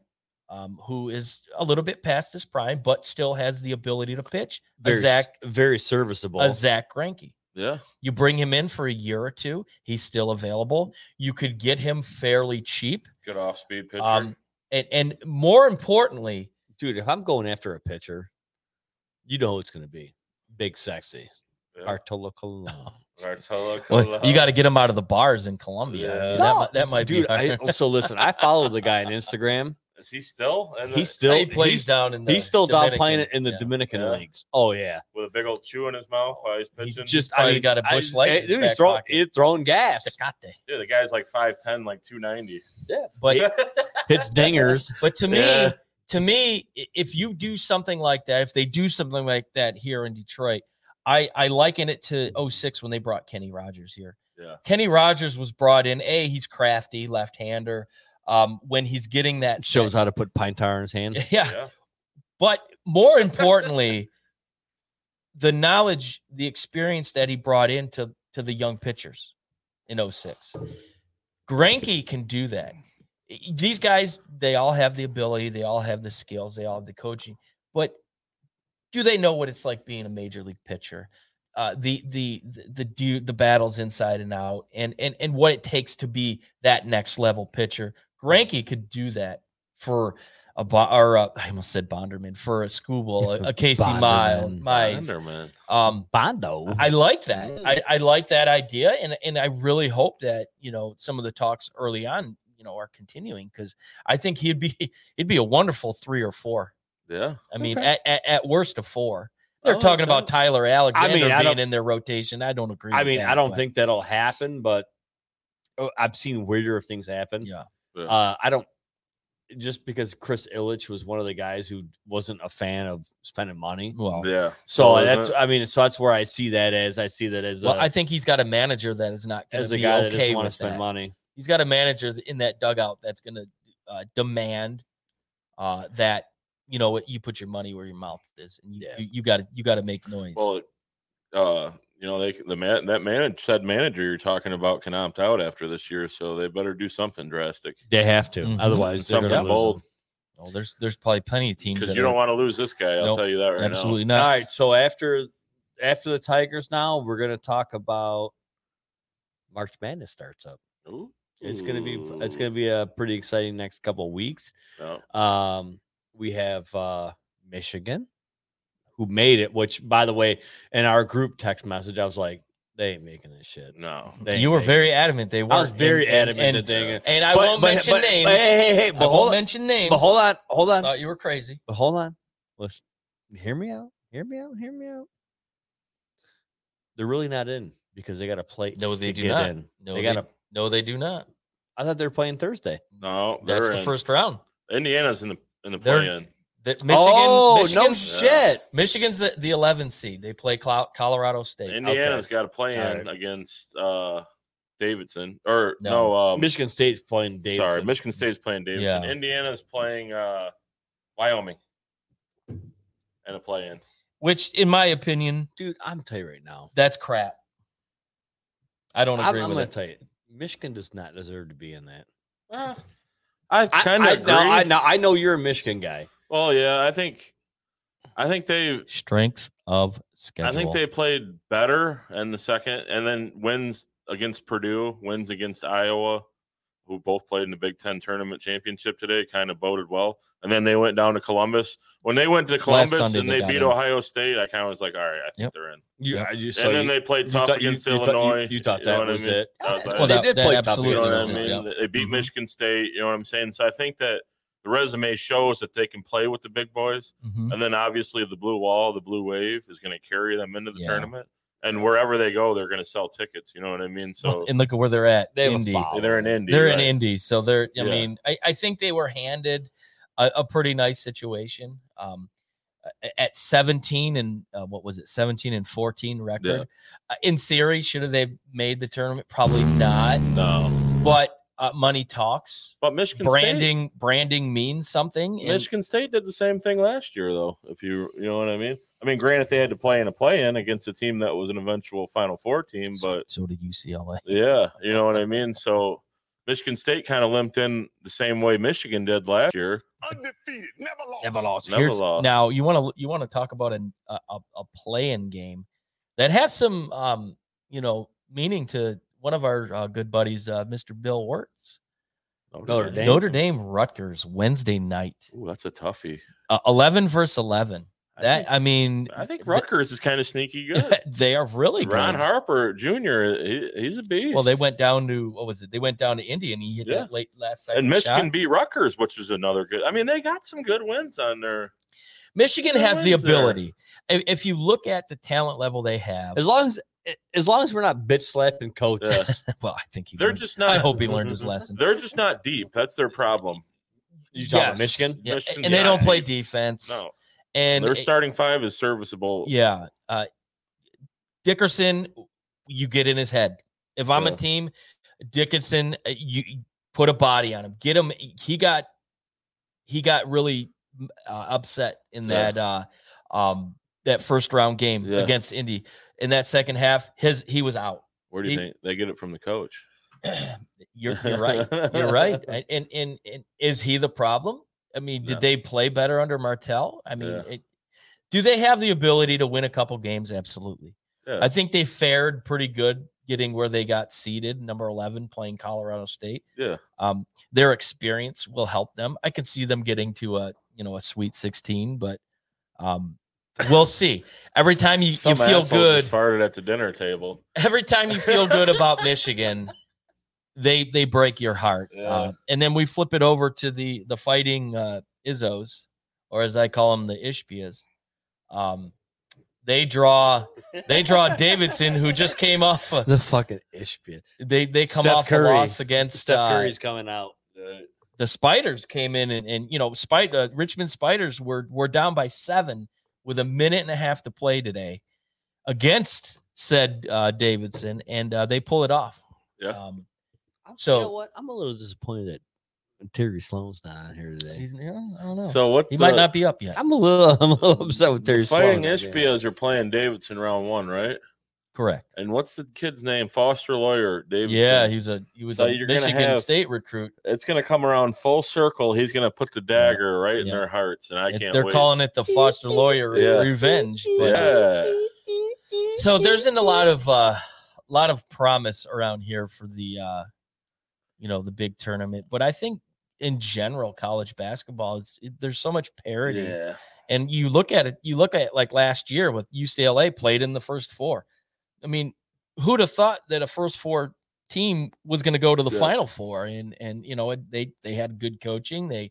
E: um, who is a little bit past his prime, but still has the ability to pitch.
D: Very,
E: a
D: s-
E: Zach,
D: very serviceable.
E: a Zach Greinke.
A: Yeah.
E: You bring him in for a year or two, he's still available. You could get him fairly cheap,
A: Good off speed pitcher.
E: um, and and more importantly,
D: Dude, if I'm going after a pitcher, you know who it's going to be. Big sexy.
A: yeah.
D: Bartolo Colon.
A: Bartolo
E: well, you
A: Colon.
E: got to get him out of the bars in Colombia. I mean, that,
D: No,
E: mi- that might
D: Dude,
E: be.
D: I,
E: hard.
D: so listen, I follow the guy on Instagram.
A: Is he still? And
D: He's
A: he's
D: still
E: he plays
D: he's,
E: down in. The
D: he's still down playing it
E: Dominican.
D: in the
E: Yeah.
D: Dominican
A: Yeah.
D: leagues. Oh yeah.
A: with a big old chew in his mouth while he's
D: He
A: pitching.
D: just I
E: probably
D: mean,
E: got a
D: I- eh,
E: Busch Light
D: dude,
E: in his back
D: he's throwing
E: pocket.
D: he's throwing gas.
E: Tecate.
A: yeah, the guy's like 5'10, like 290.
E: But
D: Hits dingers.
E: But to
A: Yeah.
E: me, to me, i- if you do something like that, if they do something like that here in Detroit, I I liken it to 06 when they brought Kenny Rogers here.
A: Yeah.
E: Kenny Rogers was brought in. A, he's crafty, left-hander. Um, when he's getting that
D: Shows how to put pine tar in his hand.
E: that- yeah.
A: Yeah.
E: But more importantly, the knowledge, the experience that he brought into to the young pitchers in 06. Granke can do that. These guys, they all have the ability, they all have the skills, they all have the coaching, but do they know what it's like being a major league pitcher? Uh, the the the the, du- the battles inside and out, and and and what it takes to be that next level pitcher. Granke could do that for a Bo- or a, I almost said Bonderman for a Scooble, a, a Casey Mile,
D: Bonderman.
E: Mize.
A: Underman.
E: Um,
D: Bondo.
E: I like that.
D: Mm.
E: I, I like that idea, and and I really hope that you know some of the talks early on, you know, are continuing because I think he'd be he'd be a wonderful three or four.
A: Yeah.
E: I mean,
D: Okay.
E: at, at, at worst a four. They're
A: Oh,
E: talking
A: okay.
E: about Tyler Alexander
D: I
E: being
D: don't-
E: in their rotation. I don't agree.
D: I
E: with
D: mean,
E: that,
D: I don't
E: but-
D: think that'll happen, but oh, I've seen weirder things happen.
E: Yeah.
A: Yeah.
D: Uh, I don't just because Chris Illich was one of the guys who wasn't a fan of spending money.
E: Well,
A: yeah.
D: So
A: isn't
D: that's
A: it?
D: I mean, so that's where I see that as I see that as
E: well,
D: a,
E: I think he's got a manager that is not going
D: as
E: to
D: a
E: be
D: guy that
E: okay
D: doesn't want to
E: with
D: spend
E: that.
D: money.
E: He's got a manager in that dugout that's going to uh, demand uh, that you know what you put your money where your mouth is, and you
D: Yeah.
E: you got to you got to make noise.
A: Well, uh, you know, they the man that manage said manager you're talking about can opt out after this year, so they better do something drastic
D: They have to,
E: Mhm.
D: otherwise they're
A: Something
D: gonna lose
A: bold.
D: him.
E: Oh, there's there's probably plenty of teams
A: because
E: that
A: you don't
E: are-
A: want to lose this guy. I'll
E: Nope,
A: tell you that right
E: absolutely
D: All
E: not.
D: right, so after after the Tigers, now we're gonna talk about March Madness starts up.
A: now. Ooh.
D: It's gonna be it's gonna be a pretty exciting next couple of weeks.
A: No.
D: Um, we have uh, Michigan, who made it. Which, by the way, in our group text message, I was like, "They ain't making this shit."
A: No.
D: They ain't
E: You were
D: making
E: very adamant. They were.
D: I was very adamant
E: And,
D: that they. ain't-
E: and I
D: But-
E: won't
D: but-
E: mention
D: but- but
E: names.
D: Hey, hey, hey!
E: I
D: But
E: won't
D: hold on.
E: mention names.
D: But hold on. Hold on.
E: Thought you were crazy.
D: But hold on. Listen. Hear me out. Hear me out. Hear me out. They're really not in because they got to play.
E: No, they
D: to
E: do
D: get
E: not.
D: in.
E: No,
D: they
E: they-
D: got to.
E: No, they do not.
D: I thought they were playing Thursday.
A: No.
E: That's the first round.
A: Indiana's in the in the
E: They're-
A: play in.
E: That Michigan.
D: oh no
E: Michigan's,
D: shit!
E: Michigan's the, the 11th seed. They play Clou- Colorado State.
A: Indiana's got a play in
D: Alright.
A: against uh Davidson or
E: No.
A: no, um,
D: Michigan State's playing Davidson.
A: sorry, Michigan State's playing Davidson.
E: Yeah.
A: Indiana's playing uh Wyoming and a play in.
E: Which, in my opinion,
D: dude. I'm tell you right now.
E: that's crap. I don't
D: I'm,
E: agree
D: I'm
E: with
D: going
E: it.
D: to tell you, Michigan does not deserve to be in that.
A: I
D: I-
A: kind of
D: I,
A: agree.
D: now, I, now, I know you're a Michigan guy.
A: Well, yeah, I think I think they
E: Strength of schedule.
A: I think they played better in the second, and then wins against Purdue, wins against Iowa, who both played in the Big Ten tournament championship today, kind of boded well. And then they went down to Columbus. When they went to Columbus
E: Sunday
A: and
E: they
A: they,
E: got
A: beat
E: in.
A: Ohio State, I kind of was like, all right, I think
E: Yep.
A: they're in.
D: You,
E: Yep.
D: you,
A: and then they played tough
D: thought-
A: against
D: you thought- you-
A: Illinois.
D: you thought
A: know
D: that
A: what I
D: was
A: mean?
D: it?
A: That was
D: Well,
A: it.
D: they did play tough
A: You know what I
D: Absolutely,
A: mean?
E: was it,
A: They
D: Mm-hmm.
A: beat
E: Mhm.
A: Michigan State. You know what I'm saying? So I think that the resume shows that they can play with the big boys.
D: Mm-hmm.
E: yeah. Mhm.
A: And then obviously the blue wall, the blue wave is going to carry them into the
E: Yeah.
A: tournament. and wherever they go, they're going to sell tickets. You know what I mean? So
E: and look at where they're at.
D: They have
E: Indy.
D: a foul.
A: they're in Indy.
E: They're
A: right?
E: in Indy, so they're. I
A: Yeah.
E: mean, I, I think they were handed a, a pretty nice situation. Um, a- at 17 and uh, what was it, 17 and 14 record? Uh, in theory, should have they made the tournament? Probably not.
A: No,
E: But uh, money talks.
A: but Michigan State.
E: Branding, branding means something. and-
A: Michigan State did the same thing last year, though. If you you know what I mean. I mean, granted, they had to play in a play-in against a team that was an eventual Final Four team,
E: so-
A: but
E: so did UCLA.
A: Yeah, you know what I mean. So Michigan State kind of limped in the same way Michigan did last year.
G: Undefeated, never lost.
E: Never lost.
A: Never
E: Here's-
A: lost.
E: Now you want to you want to talk about an, a a, a play-in game that has some um you know meaning to one of our uh, good buddies, uh, Mr. Bill Wirtz.
D: Notre Dame.
E: Notre Dame Rutgers Wednesday night,
A: Oh, Ooh, that's a toughie.
E: uh, eleven versus eleven. That
A: I
E: I mean,
A: think, I think
E: th-
A: Rutgers is kind of sneaky good.
E: they are really
A: Ron
E: good.
A: Harper Jr. He, he's a beast.
E: Well, they went down to what was it? They went down to Indy and he hit
A: Yeah.
E: that late last second
A: and Michigan
E: shot.
A: beat Rutgers, which is another good. I mean, they got some good wins on their
E: Michigan
A: Who
E: has the
A: wins there?
E: ability. If, if you look at the talent level they have,
D: As long as as long as we're not bitch slapping coaches.
A: Yeah.
E: well, I think he.
A: uh, They're
E: learned-
A: just not.
E: I hope he learned his lesson.
A: They're just not deep. That's their problem.
D: You talking about Michigan?
E: Yeah,
A: Michigan's
E: and they
A: not
E: don't play
A: deep.
E: defense.
A: No,
E: and
A: their
E: it-
A: starting five is serviceable.
E: yeah, uh, Dickerson, you get in his head. If I'm
A: Yeah.
E: a team, Dickinson, uh, you you put a body on him. Get him. He got he got really mm, uh, upset in
A: Yeah.
E: that uh, um, that first round game
A: Yeah.
E: against Indy. In that second half, his he was out.
A: Where do you
E: He-
A: think they get it from the coach?
E: You're, you're right. You're right. And, and and and is he the problem? I mean, did
A: No.
E: they play better under Martell? I mean,
A: Yeah.
E: it, do they have the ability to win a couple games? Absolutely.
A: Yeah.
E: I think they fared pretty good getting where they got seeded, number 11 playing Colorado State.
A: Yeah.
E: Um their experience will help them. I could see them getting to a, you know, a sweet 16, but um we'll see. Every time you, you
A: Some
E: feel
A: asshole
E: good,
A: just farted at the dinner table.
E: every time you feel good about Michigan, they they break your heart. Uh, and then we flip it over to the the fighting uh, Izzos, or as I call them, the Ishbias. Um, they draw they draw Davidson, who just came off. A,
D: The fucking Ishbia.
E: they they come
D: Steph
E: off
D: Curry.
E: a loss against
D: Steph
E: uh,
D: Curry's coming out.
E: the spiders came in and, and you know spite uh, richmond spiders were were down by seven with a minute and a half to play today against said uh, davidson and uh, they pull it off
A: Yeah.
E: um,
D: I'm,
E: So-
D: you know what? I'm a little disappointed that Terry Sloan's not on here today.
E: he's, yeah, i don't know
A: So what?
E: Oh, he
A: the-
E: might not be up yet
D: I'm a little, I'm a little upset with Terry
A: the fighting
D: Sloan.
A: Ishbias are playing Davidson round one, right?
E: correct
A: And what's the kid's name? Foster lawyer Davidson.
E: yeah he was a he was
A: So
E: a
A: you're gonna
E: michigan
A: have-
E: state recruit
A: it's gonna come around full circle. He's gonna put the dagger right in
E: Yeah.
A: their hearts, and I
E: It-
A: can't.
E: they're
A: wait.
E: calling it the foster lawyer
A: Yeah.
E: revenge but
A: Yeah.
E: so there isn't a lot of uh lot of promise around here for the uh you know the big tournament but i think in general college basketball is it- there's so much parity
A: Yeah.
E: and you look at it you look at it like last year with ucla played in the first four i mean who'd have thought that a first four team was going to go to the
A: Yeah.
E: final four and and you know it, they they had good coaching they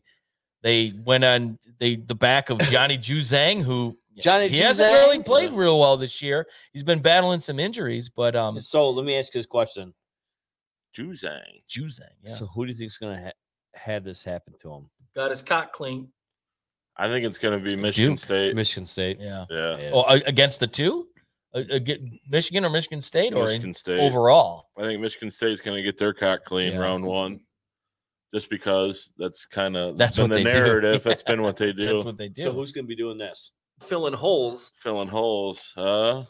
E: they went on they the back of johnny juzang who
D: Johnny
E: he hasn't really
D: Juzang?
E: played real well this year he's been battling some injuries but um
D: So let me ask you this question.
A: Juzang.
E: juzang yeah
D: So who do you think's going to ha- have this happen to him?
E: got his cock clean
A: I think it's gonna be Michigan
E: Duke.
A: State.
D: Michigan State.
E: yeah
A: Yeah.
D: Oh,
E: well a- against the two A- aga- michigan or michigan state or in-
A: Michigan State.
E: overall
A: I think Michigan State's gonna get their cock clean
E: Yeah.
A: round one, just because that's kind of
E: That's
A: been
E: what
A: the
E: they do.
A: narrative. That's been what they
E: that's
A: do.
E: what they do
D: So who's going to be doing this?
E: filling holes.
A: Filling holes. Uh,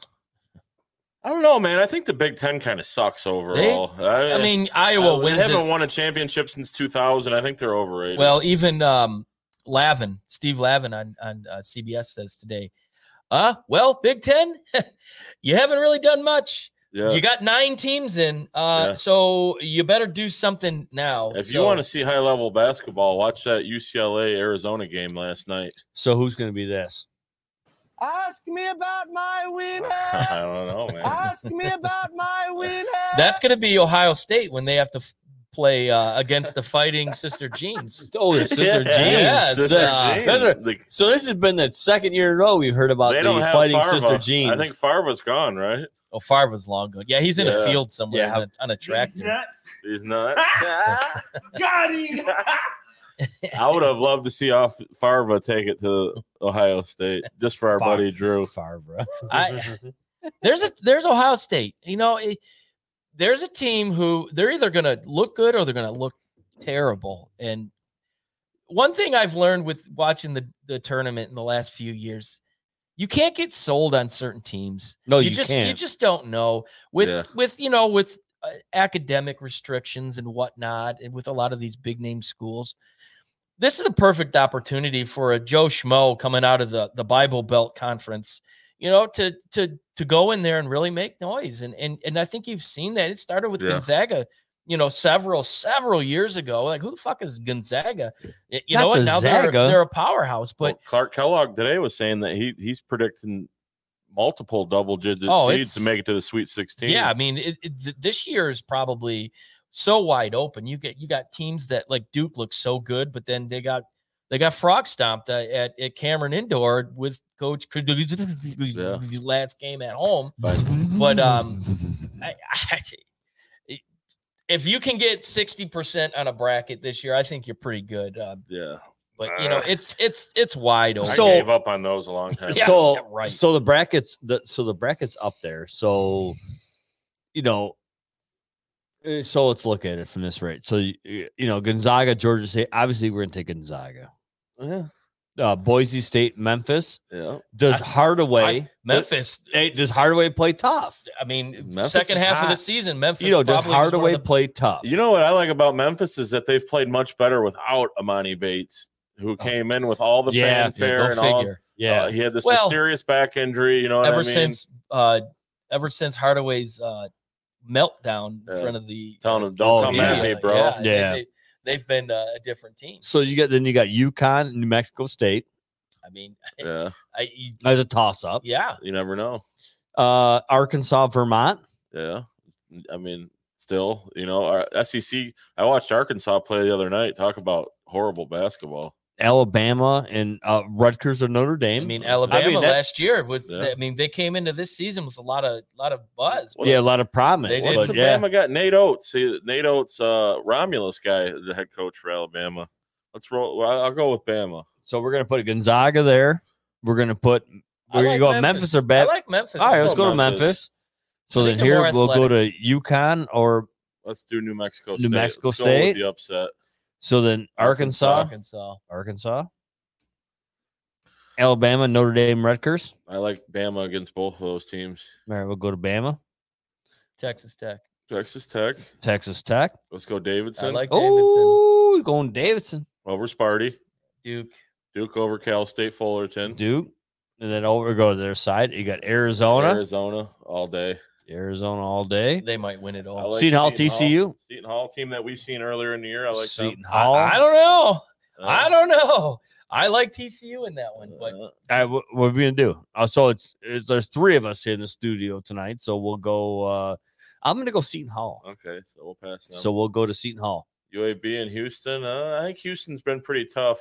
A: I don't know, man. I think the Big Ten kind of sucks overall.
E: I mean, Iowa
A: Well, they
E: wins
A: haven't
E: it.
A: won a championship since 2000. I think they're overrated.
E: Well, even um, Lavin, Steve Lavin on on uh, CBS says today, uh, well, Big Ten, you haven't really done much.
A: yeah.
E: You got nine teams in, uh,
A: Yeah.
E: so you better do something now.
A: if you want to see high level basketball, watch that UCLA Arizona game last night.
D: So who's going to be this?
G: Ask me about my
A: I
G: winner.
A: don't know, man.
G: Ask me about my winner.
E: that's going to be Ohio State when they have to f- play uh, against the Fighting Sister Jeans.
D: Oh, it's Sister
A: Yeah.
D: Jean.
E: Yes,
A: Sister
E: uh,
A: Jean.
D: those are-
A: The-
D: So this has been the second year in a row we've heard about
A: they
D: the
A: don't have
D: fighting
A: Farva.
D: sister Jean.
A: I think Farva's gone, right?
E: Oh, Favre was long gone. Yeah, he's in a
A: Yeah.
E: field somewhere
D: Yeah.
E: on, a, on a tractor.
H: Nut.
A: He's nuts.
H: Got him.
A: I would have loved to see off Farva take it to Ohio State just for our
E: Far-
A: buddy Drew.
E: Favre. I, there's a there's Ohio State. You know, it, there's a team who they're either going to look good or they're going to look terrible. And one thing I've learned with watching the the tournament in the last few years, you can't get sold on certain teams.
D: No,
E: you,
D: you
E: just you
D: can't.
E: just don't know with
A: Yeah.
E: with you know with uh, academic restrictions and whatnot, and with a lot of these big name schools. This is a perfect opportunity for a Joe Schmo coming out of the, the Bible Belt Conference you know, to to to go in there and really make noise. And and and I think you've seen that. It started with
A: Yeah.
E: Gonzaga, you know, several several years ago. Like, who the fuck is Gonzaga? Y- You
D: Not
E: know what? Now they're
D: Gonzaga.
E: they're a powerhouse, but
A: Well, Clark Kellogg today was saying that he he's predicting multiple double digit
E: Oh,
A: seeds to
E: it's-
A: make it to the Sweet 16.
E: yeah, I mean, it, it, th- this year is probably so wide open. You get you got teams that like Duke looks so good, but then they got they got frog stomped uh, at at Cameron Indoor with Coach last game at home. But um,
A: Mm-hmm.
E: I, I, if you can get sixty percent on a bracket this year, I think you're pretty good. Uh,
A: yeah.
E: but you know,
A: Uh,
E: it's it's it's wide open.
A: I
D: So-
A: gave up on those a long time. ago.
D: so
E: yeah, right.
D: so the brackets the so the brackets up there so you know eh, so let's look at it from this rate so you, you know gonzaga georgia state obviously we're gonna take gonzaga
A: yeah.
D: uh, boise state memphis
A: Yeah.
D: does hardaway
E: I- Memphis.
D: eh, does hardaway play tough
E: I mean,
A: Memphis
E: second
A: is
E: half of the
A: hot.
E: season, Memphis.
D: you know does
E: probably was one of
D: hardaway
E: the-
D: play tough
E: Uh,
A: You know what I like about Memphis is that they've played much better without Amani Bates, who came in with all the
D: Yeah,
A: fanfare
E: Oh. Yeah,
A: and
E: go
A: all.
E: figure.
A: Uh, he had this
E: Well,
A: mysterious back injury. You know what
E: ever
A: I mean?
E: since uh ever since Hardaway's uh meltdown in
A: Yeah.
E: front of the
A: telling him, don't
D: Oh,
A: come
D: yeah.
A: at me, bro.
E: Yeah, they-
D: Yeah.
E: They, have been uh, a different team.
D: so you got then you got yukon new mexico state
E: I mean,
A: Yeah.
E: I, you-
D: as a toss up
E: yeah,
A: You never know.
D: uh arkansas vermont
A: Yeah. I mean, still, you know, our SEC. I watched Arkansas play the other night. Talk about horrible basketball.
D: alabama and uh rutgers or notre
E: I
D: dame
E: mean Alabama
D: that-
E: last year with
A: Yeah.
E: I mean they came into this season with a lot of lot of buzz.
A: What
D: yeah, a
A: is-
D: lot of promise.
E: They did.
A: What's
D: But
A: the
D: yeah,
A: Bama got? Nate Oates. See, Nate Oates, uh, Romulus guy, the head coach for Alabama. Let's roll. well, I'll go with Bama.
D: so we're gonna put Gonzaga there. We're gonna put
E: I
D: we're
E: like
D: gonna go Memphis, or bad.
E: I like Memphis.
D: All right, let's
A: Let's go
D: go to Memphis.
A: Memphis.
D: So
E: I
D: then
E: think they're
D: here
E: more
D: we'll go to Yukon or
A: Let's do New Mexico.
D: New
A: State.
D: Mexico
A: Let's go with
D: State?
A: the upset.
D: so then Arkansas,
E: Arkansas.
D: Arkansas, Alabama, Notre Dame, Rutgers.
A: I like Bama against both of those teams.
D: All right, we'll go to Bama,
E: Texas Tech.
A: Texas Tech.
D: Texas Tech.
A: Let's go Davidson
E: I like Davidson,
D: Oh, we're going Davidson,
A: over Sparty.
E: Duke.
A: Duke over Cal State Fullerton.
D: Duke, and then over go to their side. You got Arizona, Arizona,
A: Arizona all day.
D: all day.
E: They might win it
A: I
E: all.
A: like
D: Seton Hall, TCU.
A: Seton Hall team that we seen earlier in the year. I like them.
D: Seton
E: I,
D: Hall.
E: I don't know.
A: Uh,
E: I don't know. I like TCU in that one, but
A: uh,
D: All right, what, what are we gonna do? Uh, so it's, it's there's three of us in the studio tonight. So we'll go. uh I'm gonna go Seton Hall.
A: okay, so we'll pass them.
D: So we'll go to Seton Hall.
A: UAB and Houston. Uh, I think Houston's been pretty tough.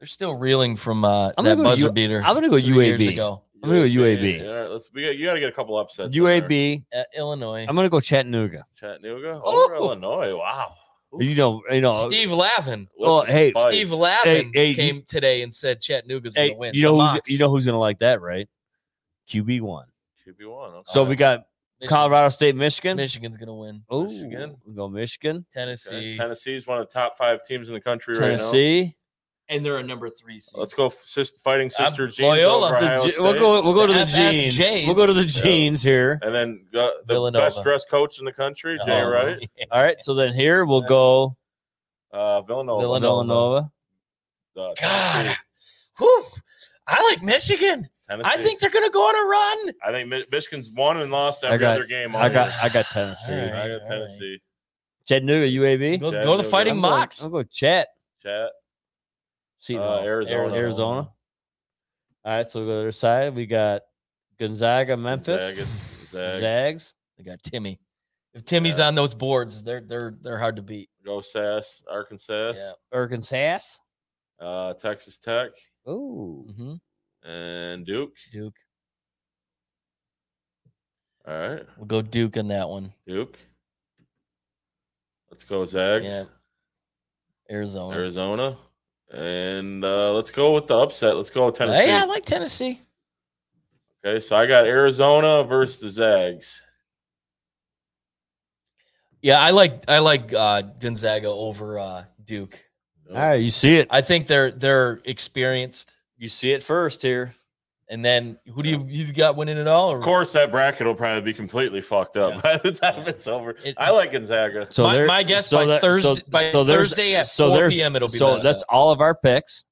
E: They're still reeling from uh,
D: I'm gonna
E: that
D: go
E: buzzer
D: U-
E: beater.
D: I'm gonna go
E: three years
D: UAB.
E: ago.
D: I'm gonna go UAB.
A: All right, let's. We got, you got to get a couple upsets. in there.
D: UAB.
E: At Illinois.
D: I'm gonna go Chattanooga.
A: Chattanooga
E: Oh!
A: over Illinois. Wow. Ooh.
D: You know, you know.
E: Steve Lavin.
A: With
D: Well,
A: the
D: Oh, hey,
A: spice.
E: Steve Lavin
D: Hey, hey, you-
E: came today and said Chattanooga's
D: hey,
E: going to win.
D: you
E: The
D: know, who's,
E: Mocs,
D: you know who's gonna like that, right? QB one.
A: QB1. okay.
D: So we got
E: Michigan-
D: Colorado State, Michigan.
E: Michigan's going to win.
D: Oh,
A: Michigan.
D: we go Michigan,
E: Tennessee.
A: Okay, Tennessee's one of the top five teams in the country right now.
D: Tennessee.
E: And they're a number three seed.
A: Let's go, f- sis- fighting
E: Uh,
A: sister Jeans
E: Loyola.
A: over
E: The
A: Ohio
D: G-
A: State.
D: we'll go. We'll go to
E: The
D: the
E: FSJs.
D: jeans. We'll go to the jeans here.
A: and then uh, the
E: Villanova.
A: best dressed coach in the country, Jay
E: Oh,
A: Wright.
E: yeah.
D: All right. So then here we'll go
A: Uh, Villanova.
E: Villanova.
D: Villanova.
A: Uh,
E: God.
A: Tennessee.
E: Whew. I like Michigan. I
A: Tennessee.
E: think they're going to go on a run.
A: I think Mi- Michigan's won and lost
D: I
A: every
D: got-
A: other game. all
D: I got.
A: year.
D: I got Tennessee.
E: All
A: I
E: right.
A: got
E: all right.
A: Tennessee.
D: Chattanooga, UAB.
E: Go, go to
A: Chattanooga.
E: Fighting
A: I'm
D: going-
E: Mocs.
D: I'll go chat.
A: Chat.
D: Seton
A: Uh,
D: Hall.
A: Arizona.
D: Arizona. All right, so we go to the other side. We got Gonzaga, Memphis,
A: Zags. Zags.
D: Zags.
E: They got Timmy. If Timmy's on those boards, they're they're they're hard to beat.
A: Go Sass. Arkansas.
D: Arkansas.
A: Uh, Texas Tech
D: Ooh.
E: Mhm.
A: and Duke.
E: Duke.
A: All right,
E: We'll go Duke on that one.
A: Duke. Let's go Zags.
E: Yeah. Arizona.
A: Arizona. And uh, let's go with the upset. Let's go with
E: Uh,
A: Tennessee.
E: Yeah, I like Tennessee.
A: Okay, so I got Arizona versus the Zags.
E: Yeah, I like I like uh, Gonzaga over uh, Duke.
D: All right, you see it.
E: I think they're they're experienced.
D: You see it first here.
E: And then who do you you've got winning it all? Or
A: Of course, that bracket will probably be completely fucked up
E: Yeah.
A: by the time
E: Yeah.
A: it's over.
E: It-
A: I like Gonzaga.
D: So
E: my,
D: there-
E: my guess
D: so
E: by
D: that- so-
E: Thursday by
D: so there's-
E: Thursday at
D: so
E: four
D: there's-
E: p.m. It'll be
D: so
E: messed
D: that's
E: up.
D: all of our picks.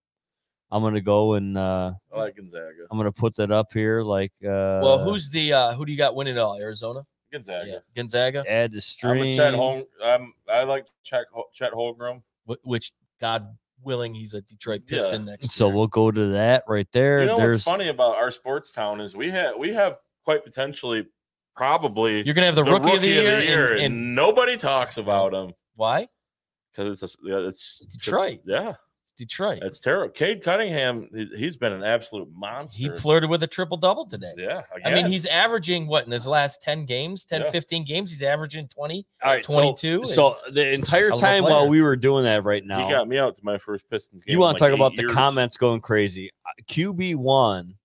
D: I'm gonna go and uh,
A: I like Gonzaga.
D: I'm gonna put that up here. Like, uh,
E: well. Who's the uh, who do you got winning it all? Arizona,
A: Gonzaga.
E: yeah. Gonzaga,
D: add to
A: I'm
D: stream?
A: a Chet Hol- I'm, I like Chet, Hol- Chet Holmgren.
E: wh- which God willing, he's a Detroit
A: Yeah.
E: Piston next.
D: So
E: year.
D: we'll go to that right there.
A: You know what's
D: There's
A: funny about our sports town is we have we have quite potentially probably
E: you're gonna have the, rookie, of the year, and-
A: and,
E: and,
A: nobody talks about him
E: why?
A: because it's a, yeah, it's
E: It's Detroit.
A: it's- yeah,
E: It's Detroit.
A: it's terrible. Cade Cunningham, he, he's been an absolute monster.
E: He flirted with a triple double today.
A: yeah,
E: I mean,
A: again.
E: he's averaging what in his last 10 games, 10,
A: Yeah.
E: 15 games, he's averaging 20,
D: all right, so-
E: 22.
D: So,
E: It's-
D: the entire
E: hell of a
D: time
E: player.
D: while we were doing that right now,
A: He got me out to my first Pistons game.
D: you
A: in
D: want to
A: like
D: talk about
A: eight
D: the
A: years.
D: comments going crazy? QB one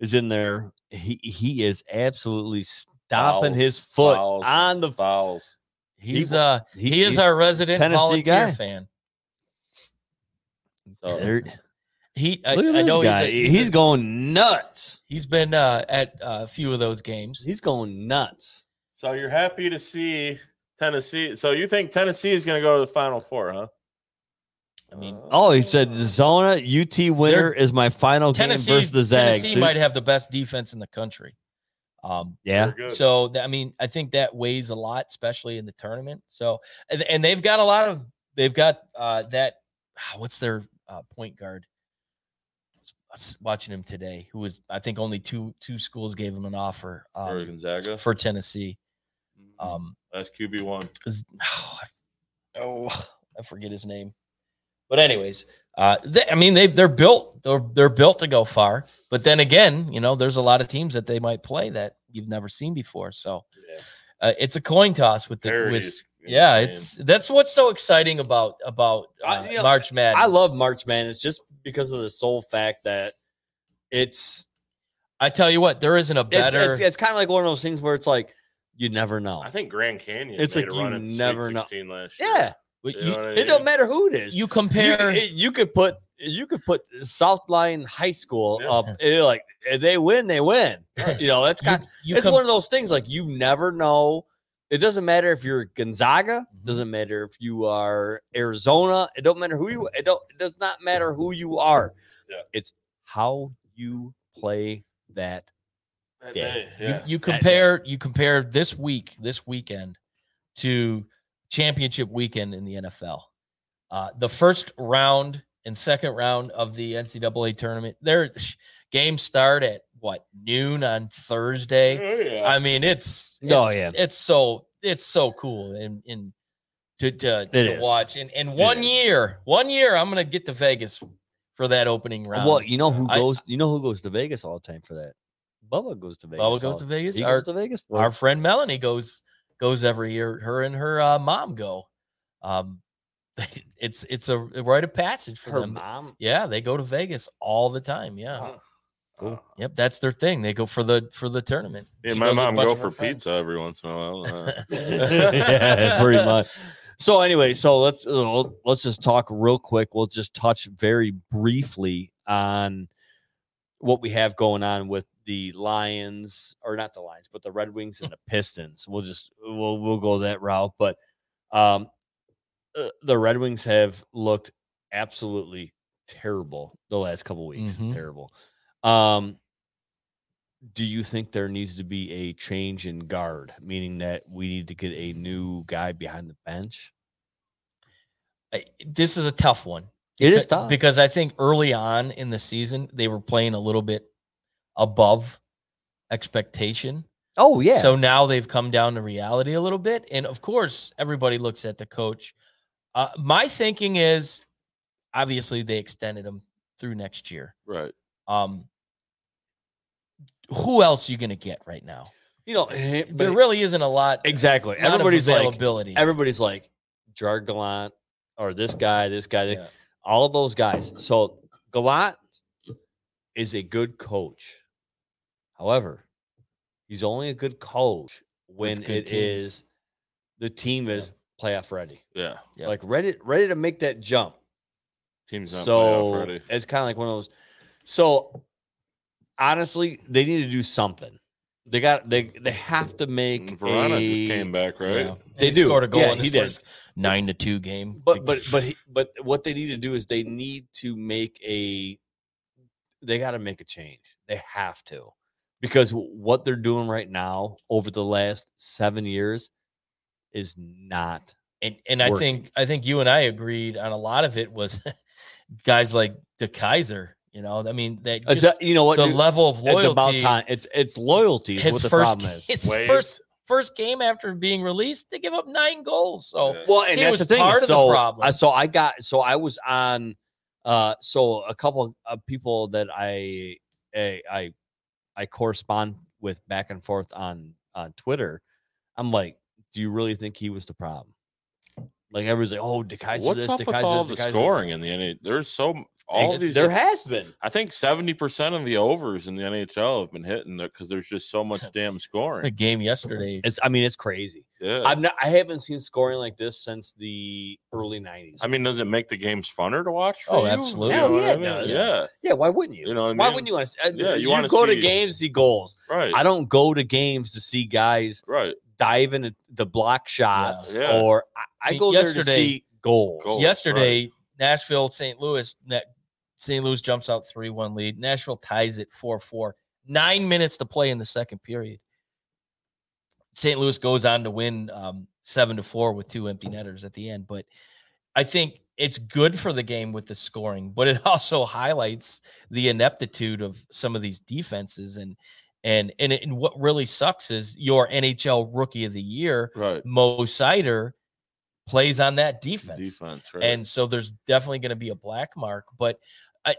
D: is in there. He he is absolutely stomping
A: Fouls,
D: his foot
A: fouls,
D: on the.
A: fouls.
E: he's uh Oh, he, is
D: he-
E: our resident
D: Tennessee
E: volunteer
D: guy.
E: fan.
A: So,
D: there-
E: He I,
D: look at
E: I
D: this
E: know he's,
D: guy.
E: a-
D: he's,
E: he's a-
D: going nuts.
E: he's been uh, at a few of those games.
D: He's going nuts.
A: so you're happy to see Tennessee. So you think Tennessee is going to go to the Final Four, huh? Uh,
E: I mean,
D: Oh, he said Zona UT winner is my final
E: Uh, Tennessee
D: game versus the Zags.
E: Tennessee might have the best defense in the country. Um
D: yeah,
A: They're good.
E: so that, I mean, I think that weighs a lot, especially in the tournament. So and, and they've got a lot of they've got uh that what's their uh, point guard? I was watching him today, who was I think only two two schools gave him an offer
A: or
E: um,
A: Gonzaga. Mm-hmm.
E: for Tennessee. Um,
A: That's QB one.
E: is- oh, I- oh, I forget his name. But anyways, uh, they, I mean they they're built they're they're built to go far. But then again, you know, there's a lot of teams that they might play that you've never seen before. So uh, it's a coin toss with the with
A: Parodies.
E: yeah. It's that's what's so exciting about about
D: I-
E: uh,
D: you know,
E: March Madness.
D: I love March Madness just because of the sole fact that it's
E: I tell you what, there isn't a
D: it's,
E: better.
D: it's, it's kind of like one of those things where it's like you never know.
A: I think Grand Canyon.
D: It's
A: made
D: like
A: a run
D: you
A: at the Sweet
D: never know.
A: 16 last year.
D: Yeah,
E: you,
A: You know what I
D: it don't matter who it is.
E: you
D: You-
E: compare.
D: it- you could put you could put South Line High School
A: Yeah.
D: up. and you're like if they win, they win. You know, that's
E: you,
D: kind.
E: you
D: it's
E: com-
D: one of those things like you never know. It doesn't matter if you're Gonzaga.
E: Mhm.
D: Doesn't matter if you are Arizona. It don't matter who you. It don't. It does not matter who you are.
A: Yeah.
D: It's how you play that.
A: That
D: Yeah.
A: day,
E: You-
A: yeah.
E: You, compare you compare this week, this weekend, to championship weekend in the NFL. Uh, the first round and second round of the NCAA tournament. Their games start at what noon on Thursday.
A: Oh, yeah.
E: I mean, it's, it's
D: Oh, yeah.
E: it's so it's so cool and and to to, to
D: is.
E: watch. And and one
D: is.
E: year, one year, I'm gonna get to Vegas for that opening round.
D: Well, you know who
E: Um, I-
D: goes. you know who goes to Vegas all the time for that. Bubba goes to Vegas.
E: Bubba
D: all-
E: goes to Vegas.
D: He
E: Our-
D: goes to Vegas. for it.
E: our friend Melanie goes goes every year. Her and her uh, mom go. Um, it's it's a rite of passage for
D: her
E: them.
D: mom.
E: Yeah, they go to Vegas all the time. Yeah,
A: Huh.
D: Cool.
E: yep, that's their thing. They go for the for the tournament.
A: Yeah,
E: She
A: my
E: goes with a
A: mom
E: bunch
A: go
E: of her
A: for
E: friends.
A: pizza every once in a while. uh.
D: yeah, pretty much. So anyway, so let's uh, let's just talk real quick. We'll just touch very briefly on what we have going on with the Lions, or not the Lions, but the Red Wings and the Pistons. We'll just we'll we'll go that route. But um, uh, the Red Wings have looked absolutely terrible the last couple weeks.
E: Mhm.
D: Terrible. Um, do you think there needs to be a change in guard, meaning that we need to get a new guy behind the bench?
E: I- This is a tough one.
D: It is
E: Beca-
D: tough.
E: because I think early on in the season they were playing a little bit above expectation.
D: oh yeah,
E: So now they've come down to reality a little bit. And of course, everybody looks at the coach. Uh, my thinking is obviously they extended him through next year.
A: right.
E: Um, who else you going to get right now?
D: you know, eh, but
E: there really isn't a lot.
D: exactly.
E: a lot of
D: Everybody's like,
E: availability.
D: everybody's like Jar Gallant or this guy, this guy,
E: Yeah.
D: all of those guys. So Gallant is a good coach. However, he's only a good coach when
E: good
D: it is
E: teams.
D: the team is playoff ready.
A: Yeah,
E: Yep.
D: Like ready ready to make that jump.
A: team's not playoff
D: so
A: ready.
D: it's kind of like one of those. So honestly, they need to do something. They got they they have to make
A: Verona
D: a,
A: just came back,
E: you know.
A: right?
E: And
D: They
E: he
D: do.
E: scored a goal
D: Yeah,
E: in
D: he
E: his
D: did.
E: first nine to two game.
D: but but but he- but what they need to do is they need to make a they got to make a change they have to because what they're doing right now over the last seven years is not
E: and and I
D: working.
E: think I think you and I agreed on a lot of it was guys like De Kaiser. You know, I mean that
D: It's
E: just
D: a- you know what
E: the
D: dude?
E: level of
D: it's
E: loyalty.
D: about time it's it's loyalty is
E: His
D: what the
E: first
D: problem is
E: his
A: Waived.
E: first first game after being released, they give up nine goals. So
A: Yeah.
D: well and
E: He
D: that's
E: was
D: the thing
E: part
D: is,
E: of the
D: so,
E: problem.
D: I- so i got so i was on uh so a couple of people that i i i, I correspond with back and forth on on twitter i'm like do you really think he was the problem like everybody's like oh DeKaiser
A: What's
D: this,
A: up
D: DeKaiser
A: with all the
D: this, DeKaiser this.
A: scoring in the NHL? There's so all
D: It's-
A: these.
D: there has been
A: I think seventy percent of the overs in the NHL have been hitting because there's just so much damn
E: the
A: scoring.
E: game yesterday,
D: it's i mean it's crazy
A: Yeah.
D: i'm not i haven't seen scoring like this since the early 90s
A: I mean, does it make the games funner to watch? for
E: Oh,
A: you?
E: absolutely.
A: You know
D: Hell
A: what I
D: yeah, it
A: mean?
D: does.
A: Yeah,
D: yeah why wouldn't you,
A: You know what I
D: why
A: mean?
D: wouldn't you want to
A: Yeah, you
D: you,
A: wanna
D: go to
A: see-
D: games see goals
A: right.
D: i don't go to games to see guys
A: right.
D: dive into the block shots
A: Yeah.
D: or I, I
E: Y-
D: go there
E: yesterday-
D: to see goals.
A: Goals.
E: yesterday Nashville St. Louis that St. Louis jumps out 3-1 lead. Nashville ties it 4-4. 9 minutes to play in the second period. St. Louis goes on to win um 7 to 4 with two empty netters at the end, but I think it's good for the game with the scoring, but it also highlights the ineptitude of some of these defenses and and and, and what really sucks is your NHL rookie of the year
A: Right.
E: Mo Sider plays on that defense.
A: Defense. Right.
E: And so there's definitely going to be a black mark. But I,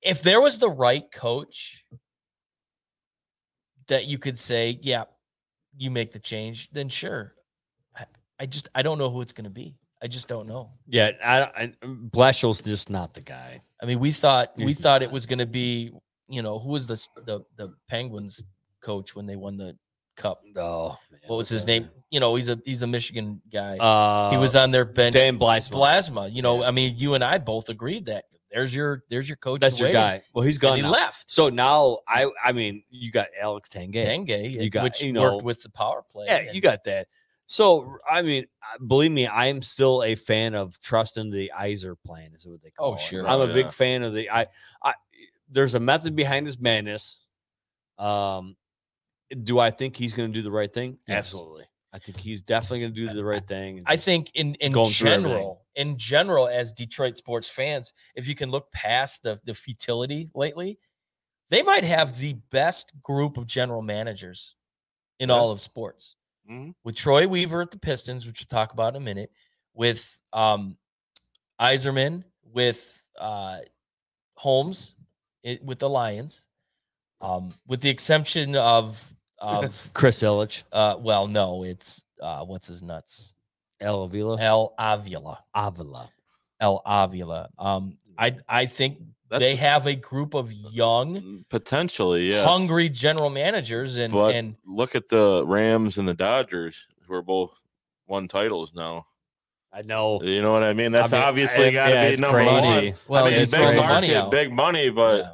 E: if there was the right coach that you could say, yeah, you make the change, then sure. I, I just, I don't know who it's going to be. I just don't know.
D: Yeah, I, I Blashill's just not the guy.
E: I mean, we thought, we
D: He's
E: thought it
D: not.
E: was going to be, you know, who was the, s- the, the Penguins coach when they won the cup?
D: No.
E: What was his name? You know, he's a, he's a Michigan guy.
D: Uh,
E: Oh, he was on their bench.
D: Dan Blasio.
E: Blasma. You know, I mean, you and I both agreed that there's your there's your coach.
D: That's your
E: waiting.
D: guy. Well, he's
E: And
D: gone.
E: he
D: now.
E: left.
D: So now I I mean you got Alex Tenge.
E: Denge,
D: You got-
E: which
D: you know-
E: worked with the power play.
D: Yeah, you
E: and-
D: got that. So I mean, uh, believe me, I am still a fan of trusting the Iser plan. Is what they
E: Oh,
D: call it.
E: sure.
D: I'm a
A: Oh, yeah.
D: big fan of the. I, I, there's a method behind his madness. Um, do I think he's going to do the right thing?
E: Yes.
D: Absolutely. I think he's definitely going to do the right thing. and
E: I
D: just-
E: think in in
D: Going through everything.
E: general, in general, as Detroit sports fans, if you can look past the the futility lately, they might have the best group of general managers in all of sports.
A: Mhm.
E: With Troy Weaver at the Pistons, which we'll talk about in a minute, with um Iserman, with uh Holmes, it, with the Lions, um, with the exception of of
D: Chris Illich,
E: uh well, no, it's uh what's his nuts?
D: El Avila,
E: El Avila.
D: Avila.
E: El Avila. Um, I I think
A: Mm. That's mm,
E: they have a group of young,
A: potentially yes.
E: hungry general managers, and
A: But
E: and
A: look at the Rams and the Dodgers, who are both won titles now.
D: I know.
A: You know what I mean? That's
D: I mean,
A: obviously
D: I-
A: got to
D: yeah,
A: be
D: it's
A: number
D: crazy.
A: one.
E: well,
A: I mean,
E: they
A: big
E: throw the money
A: market,
E: out.
A: big money, but
E: Yeah.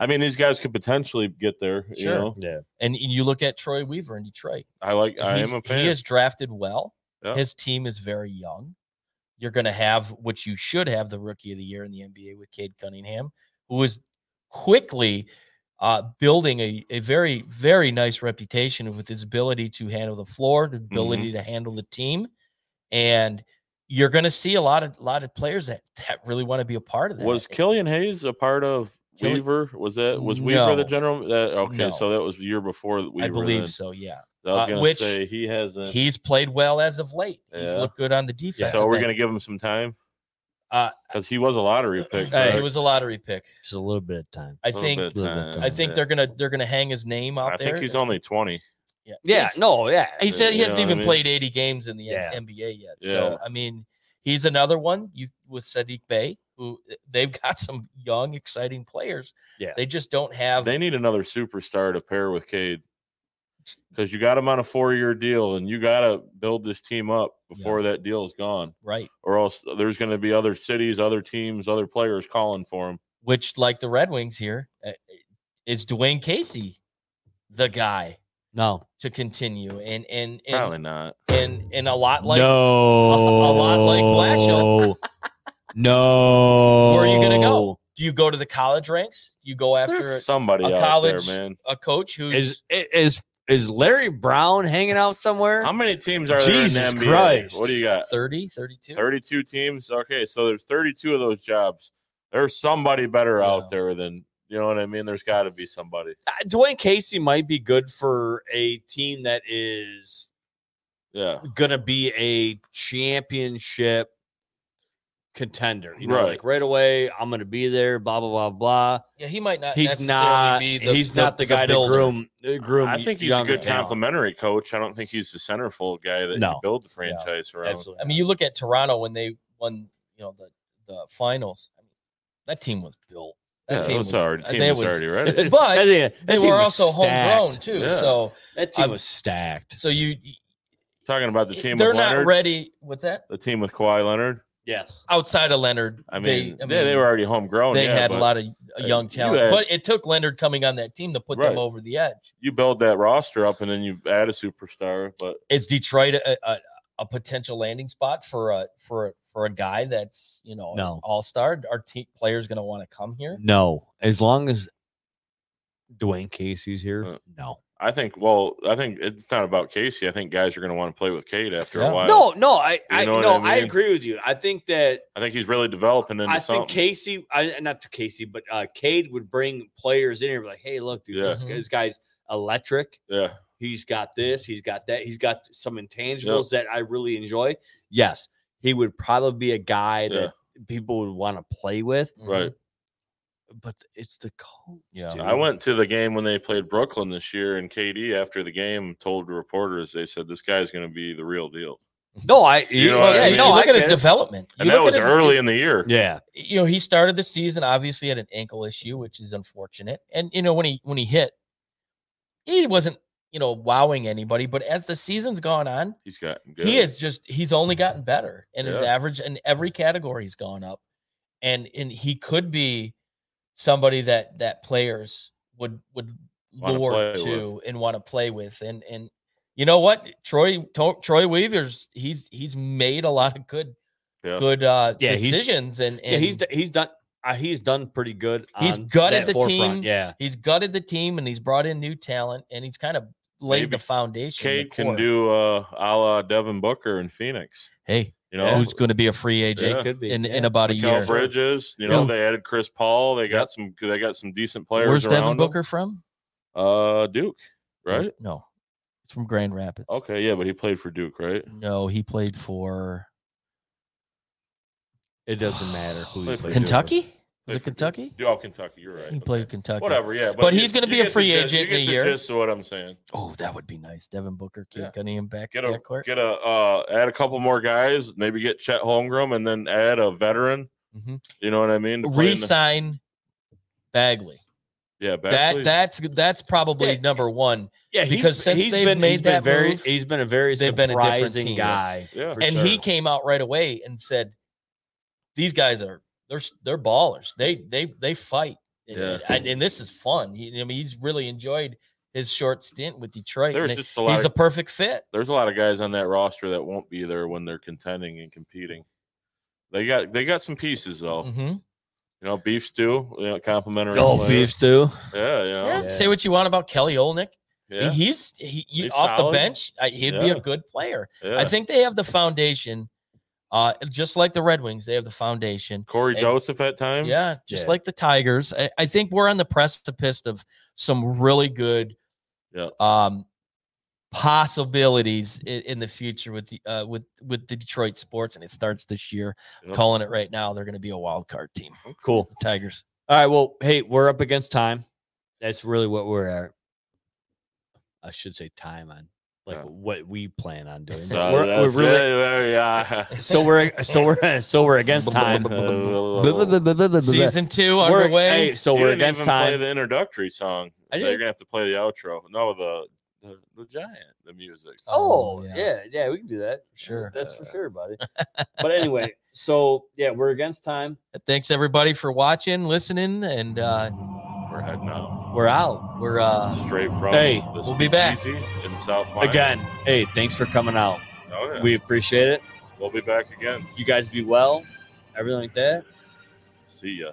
A: I mean, these guys could potentially get there. You
E: Sure.
A: know,
D: Yeah.
E: and you look at Troy Weaver in Detroit.
A: I like. I
E: He's-
A: am a fan.
E: He is drafted well.
A: Yeah.
E: His team is very young. You're going to have what you should have the rookie of the year in the NBA with Cade Cunningham, who is quickly uh, building a, a very, very nice reputation with his ability to handle the floor,
A: Mm-hmm.
E: the ability to handle the team. And you're going to see a lot of lot of players that, that really want to be a part of that.
A: Was Killian Hayes a part of
E: Killian-
A: Weaver? Was that was Weaver the
E: No.
A: general? That, okay,
E: No.
A: so that was the year before that Weaver.
E: I believe
A: then.
E: so, yeah.
A: I was
E: Uh,
A: gonna
E: which
A: say he hasn't.
E: He's played well as of late. He's
A: Yeah.
E: looked good on the defense.
A: so we're gonna give him some time
E: Uh,
A: because he was a lottery pick.
E: uh, he
A: correct?
E: was a lottery pick.
D: Just a little bit of time.
E: I
A: Little
E: think
A: bit of
D: little bit
A: time,
E: I think
A: yeah.
E: they're gonna they're gonna hang his name out
A: I
E: there.
A: think he's
E: It's-
A: only twenty.
E: yet.
D: Yeah,
E: He's-
D: no, yeah.
E: He said he
A: You
E: hasn't
A: know what I
E: even
A: mean?
E: played 80 games in the
D: Yeah.
E: N- NBA yet. So
A: Yeah.
E: I mean, he's another one. You with Sadiq Bay, who they've got some young, exciting players.
D: Yeah.
E: they just don't have.
A: They need another superstar to pair with Cade because you got him on a four-year deal, and you got to build this team up before that deal is gone,
E: right,
A: or else there's going to be other cities, other teams, other players calling for him.
E: which like the Red Wings here, uh, is Dwayne Casey the guy
D: No.
E: to continue? And and
A: Probably
E: and
A: not.
E: and, and a lot like
D: no.
E: a lot like Blashill.
D: no.
E: Where are you gonna go? do you go to the college ranks? Do you go after
A: There's
E: a,
A: somebody
E: a
A: out
E: college-
A: there, man.
E: a coach who's
D: Is is is Larry Brown hanging out somewhere?
A: How many teams are there
D: Jesus
A: in the NBA?
D: Christ.
A: What do you
E: uh,
A: got?
E: 30, 32?
A: 32 teams. Okay, so there's 32 of those jobs. There's somebody better
E: Yeah.
A: out there than you know what I mean. There's got to be somebody.
D: Uh, Dwayne Casey might be good for a team that is
A: Yeah,
D: gonna be a championship contender. You know,
A: Right.
D: like right away, I'm gonna be there. Blah blah blah blah.
E: Yeah, he might not.
D: He's
E: necessarily
D: not.
E: be the-
D: he's not the, guy to
E: builder.
D: groom. uh, Groom.
A: I think he's a
D: younger
A: good
D: talent.
A: complimentary coach. I don't think he's the centerfold guy that
D: No.
A: you build the franchise around.
D: Absolutely.
E: I mean, you look at Toronto when they won, you know, the the finals. I mean, that team was built.
A: Yeah,
E: That
A: that
E: team
A: was already
E: uh,
A: team
E: they
A: was, already ready.
D: That
E: But
D: team- that
E: They
D: team
E: were
D: was
E: also homegrown
D: stacked.
E: too.
A: Yeah.
E: So
D: That team
E: I'm-
D: was stacked.
E: so you
A: Talking about the team
E: they're
A: with
E: not
A: Leonard,
E: ready. What's that?
A: the team with Kawhi Leonard.
D: Yes.
E: Outside of Leonard,
A: I mean, yeah, they were already homegrown.
E: they
A: yeah,
E: had a
A: but uh,
E: lot of young
A: you
E: talent,
A: had-
E: but it took Leonard coming on that team to put them
A: Right.
E: over the edge.
A: You build that roster up, and then you add a superstar. But
E: Is Detroit a, a, a potential landing spot for a for a- for a guy that's you know
D: No.
E: all star? Are team players going to want to come here?
D: No. As long as Dwayne Casey's here,
A: Uh,
D: no.
A: I think, well, I think it's not about Casey. I think guys are going to want to play with Cade after
E: Yeah.
A: a while.
D: No, no, I, I
A: know what
D: no,
A: I
D: I
A: mean?
D: agree with you. I think that
A: I think he's really developing into
D: I
A: something.
D: think Casey, I not to Casey, but uh Cade would bring players in here and be like, hey, look, dude,
A: Yeah.
D: this, guy- this guy's electric.
A: yeah,
D: He's got this, he's got that, he's got some intangibles that I really enjoy. Yes, he would probably be a guy that people would want to play with,
E: Mm-hmm.
A: right.
D: but it's the coach.
E: Yeah.
D: dude.
A: I went to the game when they played Brooklyn this year, and KD after the game told reporters they said this guy's going to be the real deal,
D: No, I
A: You know
E: Well,
A: what
E: yeah,
A: I
E: you
A: mean?
E: know, look
D: I
E: at his
D: get it.
E: development. You
A: and that
E: look
A: was
E: at his-
A: early in the year.
D: Yeah,
E: You know, he started the season obviously had an ankle issue, which is unfortunate. And you know, when he when he hit, he wasn't you know wowing anybody. But as the season's gone on,
A: He's gotten good.
E: he is just he's only gotten better, and his
A: Yeah.
E: average in every category's gone up, and and he could be somebody that that players would would
A: Wanna
E: lure
A: play
E: to and want to play with, and and you know what, Troy To- Troy Weaver's he's he's made a lot of good
A: Yeah.
E: good uh
D: Yeah, he's-
E: decisions and, and
D: yeah. He's d- he's done uh, he's done pretty good.
E: He's
D: on
E: gutted
D: that
E: the
D: forefront,
E: team.
D: Yeah,
E: he's gutted the team and he's brought in new talent and he's kind of laid
A: Maybe
E: the foundation. the
A: Cade can
E: core.
A: do uh, a la Devin Booker in Phoenix.
E: hey,
A: You know,
E: who's going to be a free agent
A: Yeah.
D: could be
E: in in about a
A: Mikal
E: year?
A: Bridges. You know,
E: Yeah.
A: they added Chris Paul. They got
E: Yep.
A: some. They got some decent players.
E: Where's
A: around
E: Devin
A: them.
E: Booker from?
A: Uh, Duke, right?
E: No, it's from Grand Rapids.
A: Okay, yeah, but he played for Duke, right?
E: No, he played for
D: It doesn't matter who
A: Play
D: he
A: for
D: plays.
A: Duke.
E: Kentucky. Was
A: Played
E: it
A: for Duke.
E: Kentucky?
A: Oh, Kentucky. You're right.
E: He
A: okay.
E: played Kentucky.
A: Whatever, yeah.
E: But
A: you-
E: he's gonna
A: you
E: be a
A: get the
E: free
A: gist-
E: agent
A: you
E: in a
A: get the
E: year.
A: gist of what I'm saying.
E: Oh, that would be nice. Devin Booker, Kid
A: Yeah.
E: Cunningham back
A: get
E: to
A: a
E: that court.
A: get a uh, add a couple more guys, maybe get Chet Holmgren, and then add a veteran.
E: Mhm.
A: You know what I mean? to play in the-
E: Resign Bagley.
A: yeah,
E: That
A: Bagley's-
E: that's that's probably
D: Yeah.
E: number one.
D: Yeah, he's-
E: Because since
D: he's
E: they've
D: been,
E: made
D: he's been
E: that
D: very,
E: move,
D: he's been a very
E: they've been a different
D: surprising
E: team.
D: guy.
A: yeah.
D: for
E: and he
D: sure.
E: came out right away and said, "These guys are they're s- they're ballers. They they they fight, And-
A: Yeah.
E: and, and this is fun. He, I mean, he's really enjoyed his short stint with Detroit. and
A: There's
E: it-
A: just a lot.
E: he's
A: Of,
E: a perfect fit.
A: there's a lot of guys on that roster that won't be there when they're contending and competing. They got they got some pieces though.
E: Mhm.
A: You know, beef stew. You know, complimentary.
D: Oh,
A: player.
D: beef stew.
A: Yeah, you know,
E: Yeah,
A: yeah.
E: Say what you want about Kelly Olnick.
A: Yeah,
E: He's he, you-
A: He's
E: off the
A: solid.
E: bench. I, he'd be a
A: Yeah.
E: good player. I think they have the foundation, uh, just like the Red Wings. They have the foundation.
A: Corey
E: and-
A: Joseph at times.
E: Yeah, just
D: Yeah.
E: like the Tigers. I, I think we're on the precipice of some really good
A: Yeah.
E: um possibilities in, in the future with the uh with with the Detroit sports and it starts this year.
A: Yep.
E: Calling it right now, they're gonna be a wild card team.
D: Cool.
E: The Tigers.
D: All right. Well, hey, we're up against time. That's really what we're at. I should say time on like
A: Yeah.
D: what we plan on
A: Uh,
D: doing. But we're, we're
A: that's
D: really
A: it, yeah.
D: so we're so we're so we're against time.
E: Season two
D: We're-
E: underway.
D: hey, so
A: you
D: we're
A: didn't
D: against
A: even play
D: time.
A: the introductory song.
D: I
A: Now
D: did.
A: You're gonna have to play the outro. No, the the, the giant, the music.
D: Oh, yeah. Uh, yeah, we can do that.
E: Sure.
D: That's for sure, buddy. but anyway, so yeah, we're against time.
E: Thanks everybody for watching, listening, and uh,
A: We're heading out
D: We're out.
E: we're uh,
A: straight from.
D: Hey,
A: the
E: we'll be back.
A: speakeasy in South Miami.
D: Again, hey, thanks for coming out.
A: Oh, yeah.
D: We appreciate it.
A: we'll be back again.
D: You guys be well. Everything like that.
A: See ya.